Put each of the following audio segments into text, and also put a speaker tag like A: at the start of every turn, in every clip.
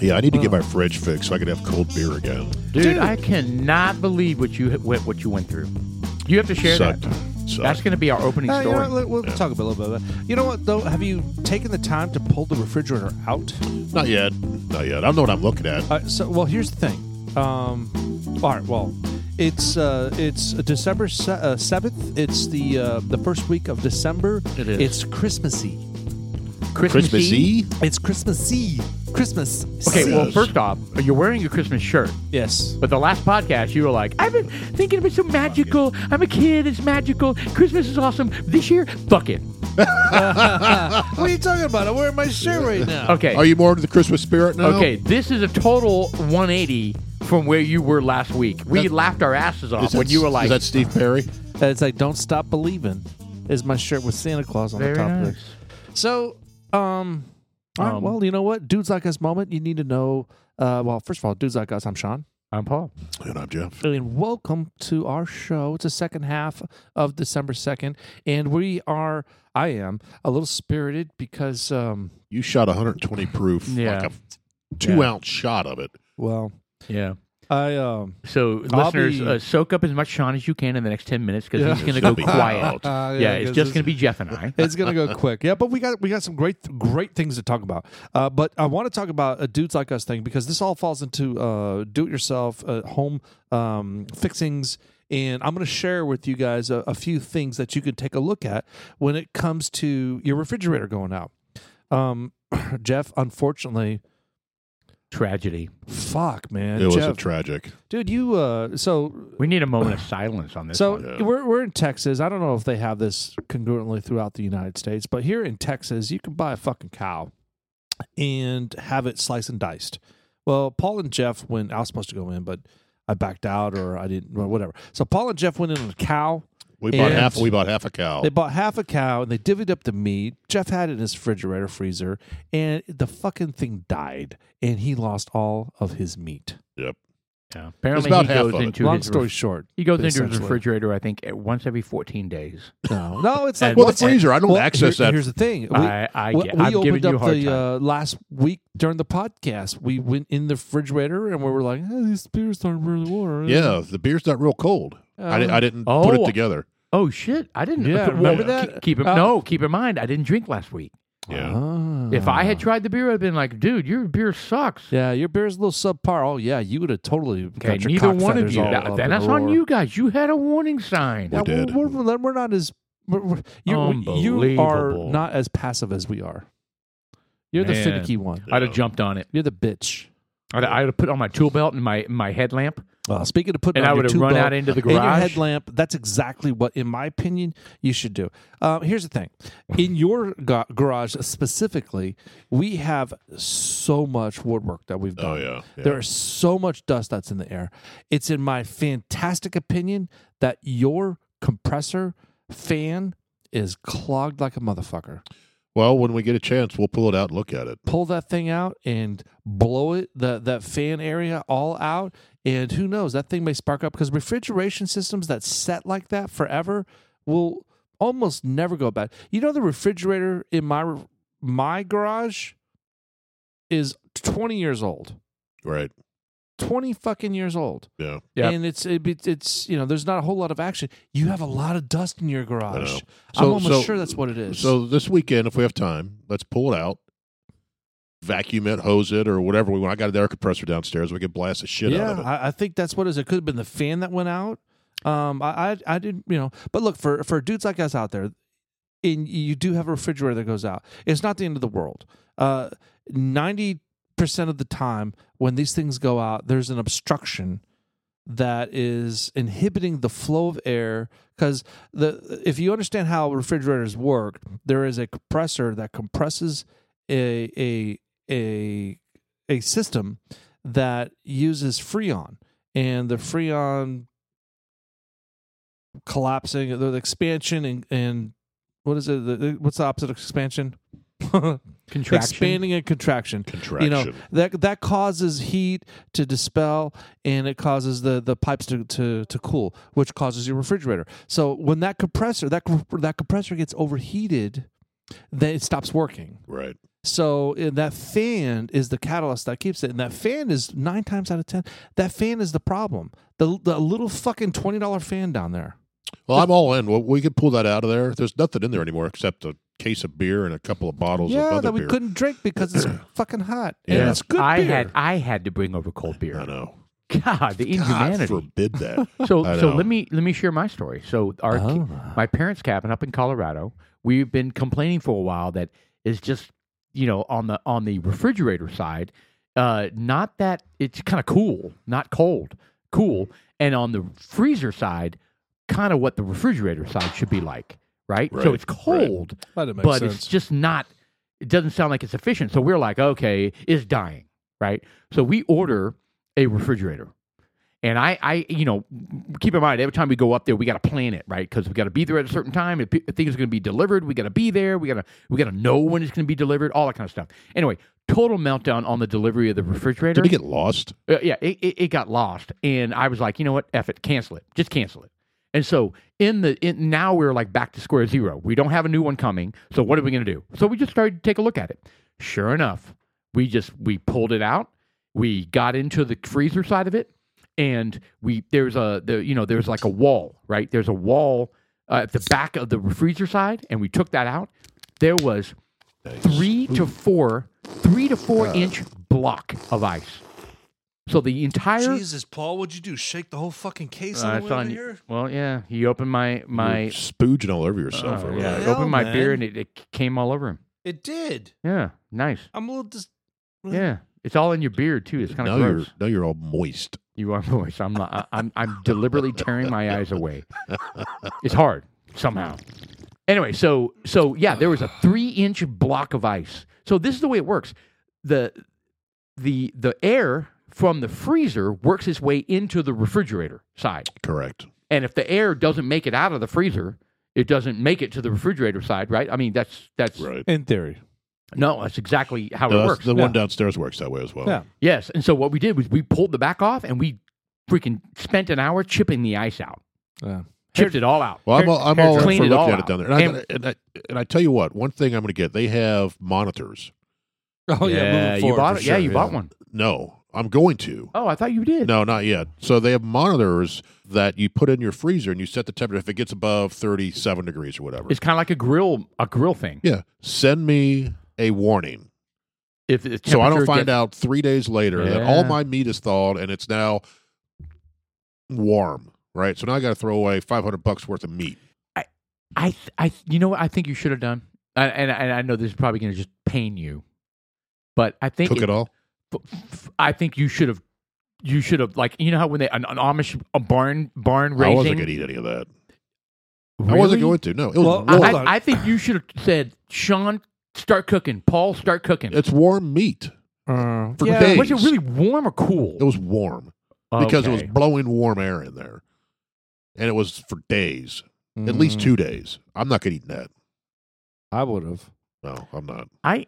A: Yeah, I need to get my fridge fixed so I can have cold beer again.
B: Dude, I cannot believe what you what, what you went through. You have to share
A: Sucked.
B: that.
A: Sucked.
B: That's going to be our opening
C: Uh, you know
B: story.
C: what, let- we'll talk a little bit about that. You know what, though? Have you taken the time to pull the refrigerator out?
A: Not yet. Not yet. I don't know what I'm looking at.
C: Uh, so, well, here's the thing. Um, all right, well, it's uh, it's December uh, seventh. It's the uh, the first week of December.
B: It is.
C: It's Christmassy.
B: Christmas,
A: Christmas Eve?
C: It's Christmassy. Christmas.
B: Okay, well,
A: Yes.
B: first off, you're wearing a Christmas shirt,
C: yes.
B: but the last podcast you were like, "I've been thinking of it so magical. I'm a kid. It's magical. Christmas is awesome. This year, fuck it."
C: What are you talking about? I'm wearing my shirt right now.
B: Okay,
A: Uh, Are you more into the Christmas spirit now?
B: okay, this is a total 180 from where you were last week. We laughed our asses off
A: Is that,
B: when you were
A: is
B: like,
A: that Steve Perry?
C: Uh, It's like "Don't Stop Believing" is my shirt with Santa Claus on
B: Very
C: the top of
B: nice.
C: it. So, um, all right,
B: Um,
C: well, you know what, dudes like us moment, you need to know. Uh, well, first of all, dudes like us, I'm Sean,
B: "I'm Paul."
A: And I'm Jeff.
C: and welcome to our show. It's the second half of December second, and we are, I am a little spirited because, um,
A: You shot 120 proof,
B: Yeah.
A: like a two
C: Yeah.
A: ounce shot of it.
C: well,
B: Yeah.
C: I um,
B: So,
C: I'll
B: listeners,
C: be-
B: uh, soak up as much Sean as you can in the next 10 minutes because
C: Yeah.
B: he's going to
A: It's
B: go
A: gonna be
B: quiet.
A: loud.
C: uh,
B: yeah, it's just
C: gonna
B: going to be Jeff and I.
C: it's gonna go quick. Yeah, but we got we got some great great things to talk about. Uh, but I want to talk about a dudes like us thing because this all falls into uh, do it yourself uh, home um, fixings, and I'm gonna share with you guys a, a few things that you could take a look at when it comes to your refrigerator going out. Um, Jeff, unfortunately,
B: Tragedy.
C: fuck man,
A: It was a
C: Jeff,
A: tragic.
C: dude, you uh, so
B: We need a moment of silence on this.
C: so
B: one.
A: one.
C: we're, we're in Texas. I don't know if they have this congruently throughout the United States, but here in Texas, you can buy a fucking cow and have it sliced and diced. Well, Paul and Jeff went. I was supposed to go in, but I backed out or I didn't. Well, whatever. So Paul and Jeff went in on a cow.
A: We bought
C: And-
A: half. We bought half a
B: Oh.
A: cow.
C: They bought half a cow and they divvied up the meat. Jeff had it in his refrigerator freezer, and the fucking thing died, and he lost all of his meat.
A: yep.
B: Yeah. apparently
A: about
B: he
A: half
B: goes
A: of it.
B: into
C: Long
B: his
C: story
B: ref-
C: short,
B: he goes into his
C: essentially.
B: refrigerator, I think, at once every 14 days.
C: no, no, it's like
A: Well, the
C: once-
A: freezer. I don't
C: Well,
A: access
C: here-
A: that.
C: Here's the thing. We,
B: I, I
C: we-
B: get,
C: we
B: I'm
C: opened
B: giving you a
C: up
B: hard
C: the
B: time.
C: Uh, last week during the podcast. We went in the refrigerator and we were like, "Eh, "These beers aren't really warm."
A: yeah, the beer's not real cold. I, di- I didn't put
B: oh.
A: it together.
B: oh, shit. I didn't
C: Yeah,
B: well,
C: remember
B: ke-
C: that?
B: Keep in,
C: Uh,
B: no, keep in mind, I didn't drink last week.
A: Yeah.
C: Ah.
B: If I had tried the beer, I'd have been like, dude, your beer sucks.
C: yeah, your beer's a little subpar. Oh yeah, you would have totally.
B: Okay,
C: got your
B: neither
C: cock
B: one of
C: feathers
B: you.
C: all
B: That-
C: up
B: then
C: in a
B: that's on
C: roar.
B: you guys. You had a warning sign.
C: Yeah,
A: We
C: we're,
A: did.
C: we're, we're, not as we're, we're, you're, you are
B: Unbelievable.
C: not as passive as we are. You're the
B: Man.
C: finicky one.
B: I'd have jumped on it.
C: You're the bitch.
B: I'd, I'd have put on my tool belt and my, my headlamp,
C: Uh, speaking of putting
B: and
C: on
B: I
C: your
B: would have
C: tube
B: run
C: belt,
B: out into the
C: In your
B: garage.
C: headlamp, that's exactly what, in my opinion, you should do. Uh, here's the thing in your ga- garage specifically, we have so much woodwork that we've done.
A: Oh yeah. yeah.
C: There is so much dust that's in the air. It's in my fantastic opinion that your compressor fan is clogged like a motherfucker.
A: Well, when we get a chance, we'll pull it out and look at it.
C: Pull that thing out and blow it that that fan area all out, and who knows that thing may spark up because refrigeration systems that set like that forever will almost never go bad. You know the refrigerator in my my garage is twenty years old.
A: Right.
C: 20 fucking years old.
A: Yeah.
B: Yep.
C: And it's it, it- it's you know there's not a whole lot of action. You have a lot of dust in your garage.
A: know.
C: I'm
A: So-
C: almost
A: so-
C: sure that's what it is.
A: So this weekend, if we have time, let's pull it out, vacuum it, hose it, or whatever we want. I got an air compressor downstairs. We could blast the shit out
C: yeah,
A: of it.
C: I, I think that's what it is. It could have been the fan that went out. Um, I, I I didn't you know. But look for for dudes like us out there, and you do have a refrigerator that goes out. It's not the end of the world. Uh, ninety percent of the time when these things go out, there's an obstruction that is inhibiting the flow of air because the if you understand how refrigerators work, there is a compressor that compresses a a a a system that uses freon and the freon collapsing the the expansion and, and what is it the, the- what's the opposite of expansion
B: contraction.
C: expanding and contraction
A: Contraction.
C: you know that that causes heat to dispel and it causes the the pipes to, to to cool which causes your refrigerator so when that compressor that co- that compressor gets overheated then it stops working
A: right.
C: So and that fan is the catalyst that keeps it, and that fan is nine times out of ten, that fan is the problem. The the little fucking twenty dollar fan down there.
A: Well, I'm all in. Well, we could pull that out of there. There's nothing in there anymore except a case of beer and a couple of bottles of
C: yeah,
A: other
C: that we
A: beer.
C: couldn't drink because it's fucking hot.
A: Yeah.
C: and it's good
B: I
C: beer.
B: had I had to bring over cold
A: I
B: beer.
A: know.
B: God,
A: God
B: the inhumanity.
A: forbid that.
B: So
A: I
B: so
A: know.
B: let me let me share my story. So our ki-
C: Oh.
B: my parents' cabin up in Colorado, we've been complaining for a while that it's just you know on the on the refrigerator side, uh, not that it's kind of cool, not cold, cool, and on the freezer side, kind of what the refrigerator side should be like, right? So
A: Right,
B: it's cold,
C: That'd make
B: but
C: sense.
B: it's just not it doesn't sound like it's efficient so we're like okay it's dying right so we order a refrigerator and I, I, you know, keep in mind every time we go up there, we got to plan it, right? Because we got to be there at a certain time. If pe- if things are going to be delivered, we got to be there. We got to, we got to know when it's going to be delivered. All that kind of stuff. Anyway, total meltdown on the delivery of the refrigerator.
A: Did he get lost?
B: Uh, yeah, it, it, it got lost, and I was like, you know what, F it, cancel it, just cancel it. And so in the in, now we're like back to square zero. We don't have a new one coming, so what are we gonna do? So we just started to take a look at it. Sure enough, we just we pulled it out. We got into the freezer side of it, and we there's a the you know there's like a wall right there's a wall uh, at the back of the freezer side, and we took that out. There was three to four three to four inch block of ice. So the entire
D: Jesus, Paul, what'd you do? Shake the whole fucking case
B: Uh,
D: on the
B: it's
D: way over
B: on-
D: here?
B: Well, yeah, he opened my
A: You're
B: my
A: spooging all over yourself.
B: uh,
A: over
B: yeah,
A: there.
B: he
D: Hell,
B: opened my beer
D: man.
B: and it, it came all over him.
D: It did.
B: Yeah, nice.
D: I'm a little dis-
B: Yeah, it's all in your beard too. It's kind
A: Now
B: of
A: you're
B: gross.
A: now you're all moist.
B: You are moist. I'm not. I- I'm I'm deliberately tearing my eyes away. It's hard somehow. Anyway, so so yeah, there was a three inch block of ice. So this is the way it works. the the The air from the freezer works its way into the refrigerator side.
A: Correct.
B: And if the air doesn't make it out of the freezer, it doesn't make it to the refrigerator side, right? I mean, that's that's
A: Right.
C: in theory.
B: no, that's exactly how
A: No,
B: it
A: that's-
B: works.
A: the
C: Yeah.
A: one downstairs works that way as well.
C: Yeah.
B: yes, and so what we did was we pulled the back off and we freaking spent an hour chipping the ice out,
C: Yeah.
B: chipped it all out.
A: Well, I'm all, I'm all in for
B: Clean
A: looking
B: it all
A: at it
B: out.
A: down there. And, I, and, I, and I tell you what, one thing I'm going to get, they have monitors.
C: Oh yeah, moving
B: you
C: forward,
B: bought
C: for
B: it. yeah,
C: sure,
B: you bought one.
A: No, I'm going to.
B: Oh, I thought you did.
A: No, not yet. So they have monitors that you put in your freezer and you set the temperature. If it gets above 37 degrees or whatever,
B: It's kind of like a grill, a grill thing.
A: yeah, send me a warning
B: If the
A: so I don't
B: temperature
A: find
B: gets-
A: out three days later that all
B: Yeah.
A: my meat is thawed and it's now warm. Right. So now I got to throw away 500 bucks worth of meat.
B: I, th- I, th- you know what I think you should have done, I, and and I know this is probably going to just pain you, but I think
A: Took
B: it-
A: it all.
B: f- f- I think you should have. You should have like you know how when they an, an Amish a barn barn raising.
A: I wasn't going to eat any of that. e, I wasn't going
B: Really?
A: to. No, it was
C: Well,
A: warm.
C: Hold on.
B: I, I think you should have said, Sean, start cooking. Paul, start cooking.
A: it's warm meat.
C: Uh,
A: For
C: yeah,
A: days.
B: was it really warm or cool?
A: It was warm because it was
B: Okay.
A: blowing warm air in there. And it was for days, at least
C: mm,
A: two days. I'm not going to eat that.
C: I would have.
A: No, I'm not.
B: I,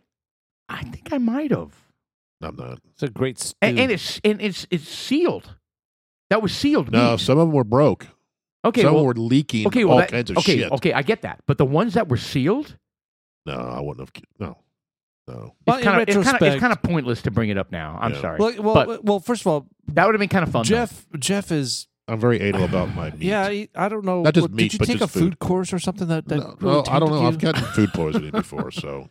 B: I think I might have.
A: I'm not.
C: It's a great stew.
B: And, and it's and it's it's sealed. That was sealed.
A: No,
B: meat.
A: some of them were broke.
B: Okay.
A: some
B: well,
A: were leaking
B: okay. Well,
A: all
B: that-
A: kinds of
B: okay.
A: shit.
B: Okay. I get that. But the ones that were sealed,
A: No, I wouldn't have. No, no.
C: Well,
B: it's
C: in
B: kind of it's kind of it's
C: retrospect-
B: kind of pointless to bring it up now. I'm
A: Yeah.
B: sorry.
C: Well, well,
B: But-
C: well. First of all,
B: that would have been kind of fun. though.
C: Jeff. Jeff is.
A: I'm very anal about my meat.
C: Yeah, he- I don't know.
A: Not just
C: what-
A: meat,
C: did you
A: but
C: take
A: just
C: a food, course or something that? that
A: no,
C: really
A: no, I don't
C: tainted
A: know.
C: You?
A: I've gotten food poisoning before, so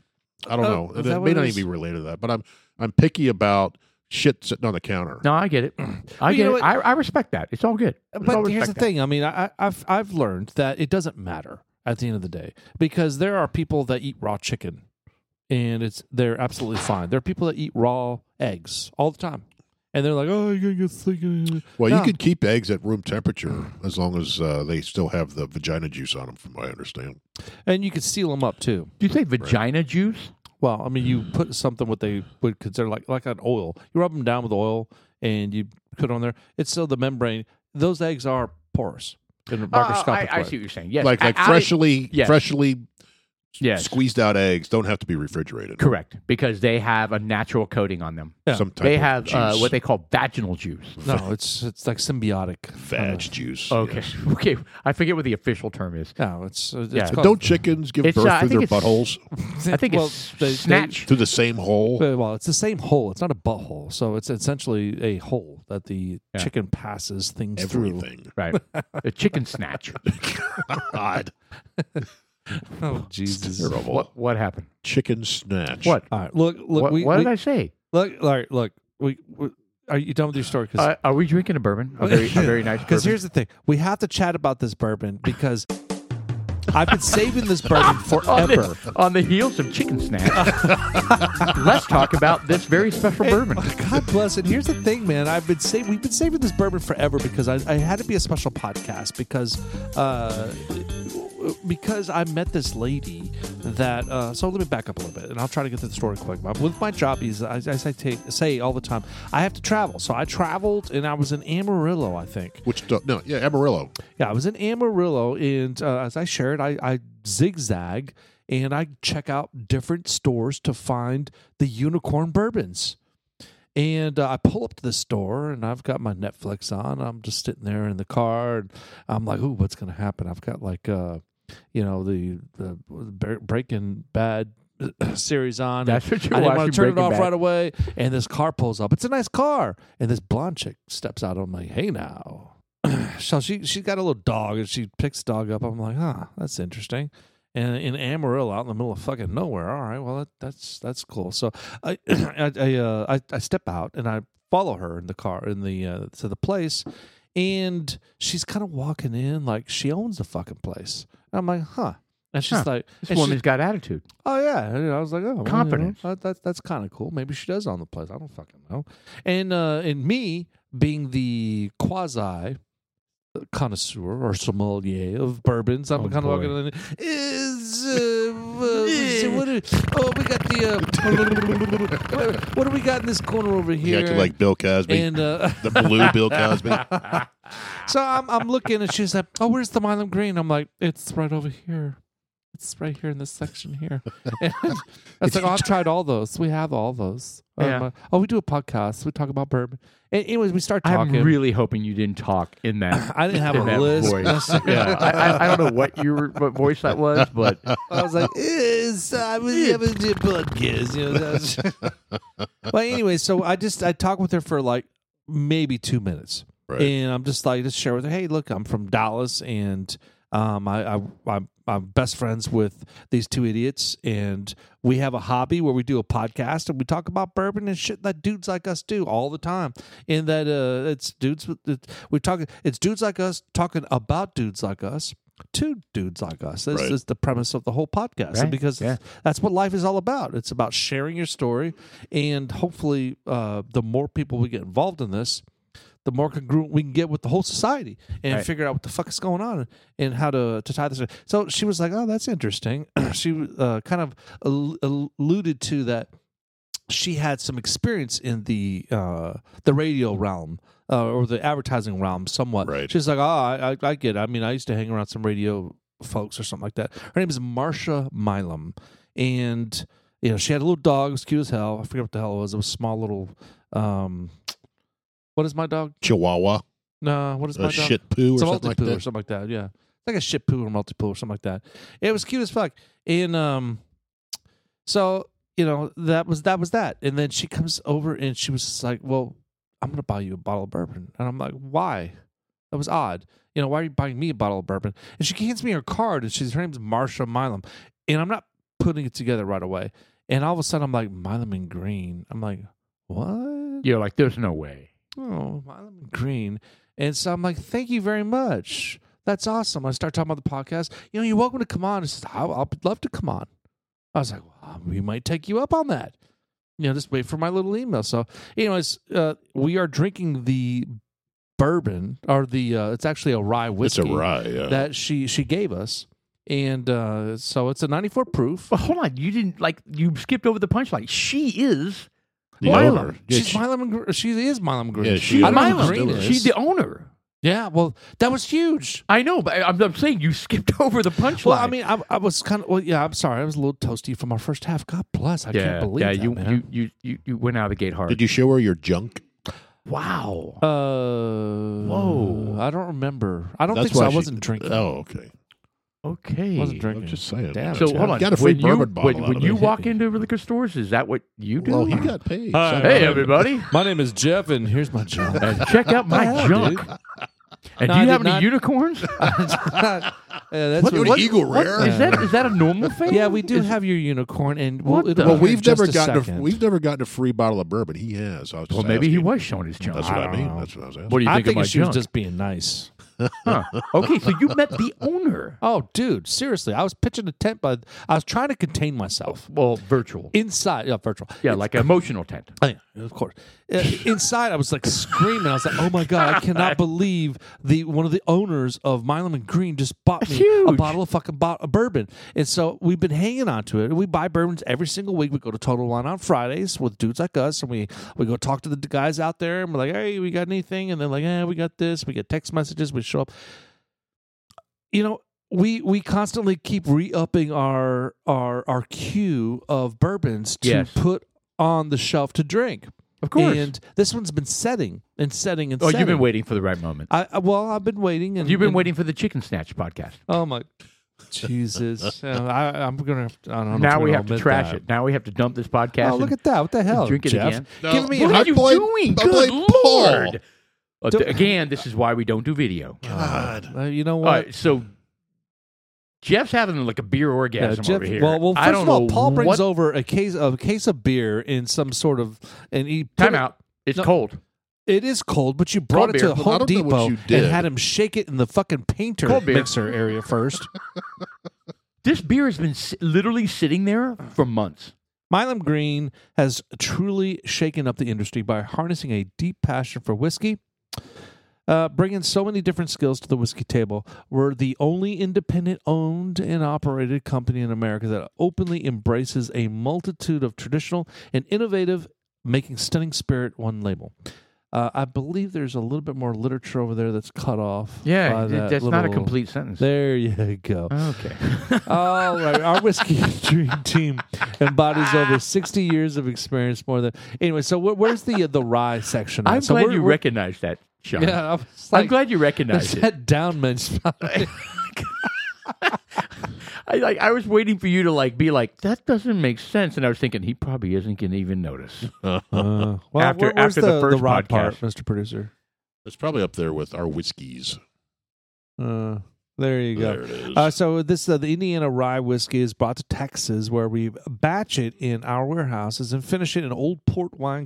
A: I don't
C: Oh,
A: know.
C: is
A: And
C: that
A: It
C: what
A: may
C: it
A: not
C: is?
A: even be related to that, but I'm I'm picky about shit sitting on the counter.
B: No, I get it. I
C: you
B: get
C: know
B: it.
C: what-
B: I, I respect that. It's all good.
C: but
B: I'll
C: here's the
B: respect that.
C: thing. I mean, I, I- I've I've learned that it doesn't matter at the end of the day because there are people that eat raw chicken, and it's they're absolutely fine. There are people that eat raw eggs all the time, and they're like, oh, you're gonna get sick.
A: Well,
C: No.
A: you could keep eggs at room temperature as long as uh, they still have the vagina juice on them, from what I understand.
C: and you could seal them up too.
B: Do you say vagina juice?
C: Well, I mean, you put something what they would consider like like an oil. You rub them down with oil, and you put it on there. It's still the membrane. Those eggs are porous in a
B: Uh,
C: microscopic
B: I, I
C: way.
B: see what you're saying. Yes,
A: like
B: I-
A: like
B: I-
A: freshly
B: yes.
A: freshly
B: Yes.
A: Squeezed out eggs don't have to be refrigerated.
B: Correct, because they have a natural coating on them.
C: Yeah.
A: Some type
B: they
A: of
B: have uh,
A: juice.
B: what they call vaginal juice.
C: No, it's it's like symbiotic.
A: vag juice.
B: Okay,
A: yes.
B: okay, I forget what the official term is.
C: No, it's, uh, it's
B: Yeah.
A: But
C: called-
A: don't chickens give
B: It's,
A: birth
B: uh, I
A: through their
B: think it's-
A: buttholes
B: I think
C: well,
B: it's
C: they- they-
B: snatch.
A: through the same hole?
C: Uh, Well, it's the same hole. It's not a butthole, so it's essentially a hole that the
B: Yeah.
C: chicken passes things through.
A: Everything.
B: right, a chicken snatch.
A: God,
C: Oh Jesus!
A: terrible.
B: What what happened?
A: Chicken snatch.
B: What?
C: All right, look, uh, look,
B: what
C: we,
B: what
C: we-
B: did I say?
C: look, all right, look. We, we are you done with your story? Because
B: Uh, are we drinking a bourbon? A very, a very nice.
C: Because
B: bourbon?
C: here's the thing: we have to chat about this bourbon because I've been saving this bourbon
B: on
C: forever.
B: the, on the heels of chicken snatch. let's talk about this very special bourbon.
C: God bless it. Here's the thing, man. I've been saving. We've been saving this bourbon forever because I, I had to be a special podcast because uh, because I met this lady that. Uh, so let me back up a little bit, and I'll try to get to the story quick. But with my job, is I, as I take, say all the time, I have to travel. So I traveled, and I was in Amarillo, I think.
A: Which do- no, yeah, Amarillo.
C: Yeah, I was in Amarillo, and uh, as I shared, I, I zigzag and I check out different stores to find the unicorn bourbons. And uh, I pull up to the store, and I've got my Netflix on. I'm just sitting there in the car, and I'm like, "Ooh, what's gonna happen?" I've got like, uh, you know, the, the Bre- Breaking Bad series on.
B: That's what you're
C: I didn't
B: watching.
C: want to turn it
B: Breaking
C: off
B: Bad.
C: right away. And this car pulls up. It's a nice car. And this blonde chick steps out. I'm like, hey now. so she she's got a little dog and she picks the dog up. I'm like, huh, that's interesting. And in Amarillo, out in the middle of fucking nowhere. All right, well that, that's that's cool. So I I I, uh, I I step out and I follow her in the car in the uh, to the place, and she's kind of walking in like she owns the fucking place. And I'm like, huh. And she's
B: Huh.
C: like,
B: This
C: and she-
B: woman's got attitude.
C: Oh yeah, and I was like, oh, well, you know,
B: Confidence.
C: that, that, that's kind of cool. Maybe she does own the place. I don't fucking know. And uh, and me being the quasi connoisseur or sommelier of bourbons, I'm
B: Oh,
C: kind of
B: boy.
C: walking in. Is uh, uh, what is- oh we got the uh, what, what do we got in this corner over
A: You
C: here?
A: acted like Bill Cosby,
C: and uh,
A: the blue Bill Cosby.
C: so I'm I'm looking, and she's like, "Oh, where's the Milam Green?" I'm like, "It's right over here. It's right here in this section here." And I was like, oh, "I've tried all those. We have all those." Um,
B: Yeah.
C: uh, oh, we do a podcast. We talk about bourbon. And anyways, we start
B: I'm
C: talking.
B: really hoping you didn't talk in that.
C: I didn't have
B: in
C: a
B: that
C: list.
B: voice. yeah, I, I, I don't know what you were, what voice that was, but
C: I was like, "Is I was having a podcast." You know. that's- but anyway, so I just I talked with her for like maybe two minutes.
A: Right.
C: and I'm just like just share with her, hey, look, I'm from Dallas, and um, I, I I'm, I'm best friends with these two idiots, and we have a hobby where we do a podcast and we talk about bourbon and shit that dudes like us do all the time, and that uh, it's dudes with it, we talk it's dudes like us talking about dudes like us. to dudes like us. This
A: Right.
C: is the premise of the whole podcast,
B: Right,
C: and because
B: yeah.
C: that's what life is all about. It's about sharing your story, and hopefully, uh, the more people we get involved in this, the more congruent we can get with the whole society and
B: Right.
C: figure out what the fuck is going on and how to, to tie this. in. So she was like, "Oh, that's interesting." she uh, kind of al- al- alluded to that she had some experience in the uh, the radio realm uh, or the advertising realm somewhat.
A: Right.
C: She's like, "Oh, I, I, I get. It. I mean, I used to hang around some radio folks or something like that." Her name is Marcia Milam, and you know she had a little dog. It was cute as hell. I forget what the hell it was. It was a small little. Um, what is my dog?
A: Chihuahua,
C: No, what is my
A: a
C: dog?
A: shit poo or
C: It's a
A: something like
C: multi-poo or
A: that.
C: something like that. Yeah, It's like a shit poo or multi-poo or something like that. It was cute as fuck. And um, so you know that was that was that. And then she comes over and she was just like, "Well, I'm gonna buy you a bottle of bourbon," and I'm like, "Why?" That was odd. You know, why are you buying me a bottle of bourbon? And she hands me her card, and she's her name's Marsha Milam, and I'm not putting it together right away. And all of a sudden, I'm like, "Milam and Green." I'm like, "What?"
B: you're like, there's no way.
C: oh, Milam Green. And so I'm like, thank you very much. That's awesome. I start talking about the podcast. You know, you're welcome to come on. She says, I, I'd love to come on. I was like, well, we might take you up on that. You know, just wait for my little email. So, anyways, uh, we are drinking the bourbon or the, uh, it's actually a rye
A: It's a
C: whiskey
A: rye. Yeah.
C: that she, she gave us. And uh, so it's a 94 proof.
B: But hold on, you didn't like you skipped over the punchline. She is
A: The
B: Milam.
A: owner. Yeah,
C: She's
A: she-
C: Milam. Gr- She is Milam Green.
A: Yeah, she
C: I don't know who
A: Milam.
C: Green is.
B: She's the owner.
C: Yeah, well, that was huge.
B: I know, but I'm, I'm saying you skipped over the punchline.
C: Well, I mean, I, I was kind of well. Yeah, I'm sorry. I was a little toasty from our first half. God bless. I can't believe
B: yeah,
C: that,
B: you,
C: man.
B: you you you you went out of the gate hard.
A: Did you show her your junk?
B: wow.
C: Uh, Whoa! Uh, I don't remember. I don't
A: That's
C: think so.
A: why
C: I
A: she-
C: wasn't drinking.
A: Oh, okay.
B: Okay.
C: I wasn't
A: I'm
C: drinking.
A: just saying.
C: Damn it,
B: So
C: Jeff.
B: hold on.
A: Got a free
B: when
A: bourbon
B: you,
A: bottle
B: When,
A: out
B: when
A: of
B: you
A: it.
B: walk into liquor stores, is that what you do?
A: Well, he got paid.
C: Hi,
A: so-
B: hey everybody,
C: My name is Jeff, and here's my junk.
B: and check out my
C: Yeah,
B: junk. And
C: No,
B: do
C: I
B: you
C: did
B: have any
C: not-
B: unicorns?
C: yeah, that's
A: You're an eagle rare.
B: is that is that a normal thing?
C: Yeah, we do
B: Is-
C: have your unicorn, and
B: What
C: we'll,
B: the-
C: it'll
A: Well,
C: be here
A: we've
C: in just
A: never
C: a
A: gotten
C: second.
A: a, we've never gotten a free bottle of bourbon. He has. I was
B: Well,
A: just
B: maybe he
A: asking.
B: was showing his junk.
A: That's what I,
C: don't
A: mean.
C: know.
A: That's what I was asking.
B: What do you
C: I
B: think,
C: think
B: of my
C: she was
B: junk?
C: just being nice.
B: Huh. Okay, so you met the owner.
C: Oh, dude, seriously, I was pitching a tent, but I was trying to contain myself
B: Well, virtual.
C: inside. Yeah, virtual.
B: Yeah, like an emotional tent.
C: Oh, yeah, of course. Uh, inside, I was like screaming. I was like, "Oh my god, I cannot believe the one of the owners of Milam and Green just bought me a
B: huge.
C: bottle of fucking bo- a bourbon." And so we've been hanging on to it. We buy bourbons every single week. We go to Total Wine on Fridays with dudes like us, and we we go talk to the guys out there, and we're like, "Hey, we got anything?" And they're like, "Yeah, we got this." We get text messages. We show up. You know. We we constantly keep re upping our our our queue of bourbons to
B: Yes.
C: put on the shelf to drink.
B: Of course.
C: And this one's been setting and setting and
B: oh,
C: setting.
B: you've been waiting for the right moment.
C: I, I- well, I've been waiting. And
B: You've been
C: and-
B: waiting for the chicken snatch podcast.
C: Oh my Jesus! Uh, I, I'm gonna. I don't know if
B: Now
C: I'm
B: we
C: gonna
B: have to
C: admit
B: trash
C: that.
B: it. Now we have to dump this podcast.
C: Oh, look
B: and-
C: at that! What the hell?
B: drink it
C: Jeff?
B: again.
A: No.
C: Give me.
A: What
B: What
A: I
B: are you
A: played-
B: doing?
A: I
B: Good
A: played pool.
B: lord! Uh, th-
C: Don't-
B: again, this is why we don't do video.
A: God.
C: Uh, you know
B: All
C: what?
B: right, so Jeff's having like a beer
C: Yeah,
B: orgasm
C: Jeff-
B: over here.
C: Well, well. First
B: I don't
C: of all,
B: know
C: Paul brings
B: what-
C: over a case a case of beer in some sort of and he put
B: Time
C: it-
B: out. It's
C: No.
B: cold.
C: It is cold, but you brought
B: Cold
C: it to
B: beer.
C: Home
A: I don't know
C: Depot
A: what you did.
C: and had him shake it in the fucking painter
B: Cold beer.
C: mixer area first.
B: This beer has been si- literally sitting there for months.
C: Milam Green has truly shaken up the industry by harnessing a deep passion for whiskey, uh, bringing so many different skills to the whiskey table. We're the only independent owned and operated company in America that openly embraces a multitude of traditional and innovative, making stunning spirit one label. Uh, I believe there's a little bit more literature over there that's cut off. by
B: Yeah,
C: that
B: that's not a
C: little-
B: complete sentence.
C: There you go.
B: Okay.
C: All right, Oh, our whiskey dream team embodies
B: Ah.
C: over sixty years of experience. More than anyway. So where, where's the uh, the rye section? at?
B: I'm
C: so
B: glad
C: we're-
B: you
C: we're-
B: recognized that, Sean.
C: Yeah, I was
B: I'm
C: like,
B: glad you
C: that's
B: recognized it.
C: that downman spot. Uh,
B: I, like, I was waiting for you to like be like that doesn't make sense, and I was thinking he probably isn't going to even notice.
C: well,
B: After-
C: where- where's
B: after the first
C: rye
B: podcast.
C: part, Mr. Producer?
A: It's probably up there with our whiskeys.
C: Uh, there you go.
A: There it is.
C: Uh, so this uh, the Indiana rye whiskey is brought to Texas, where we batch it in our warehouses and finish it in old port wine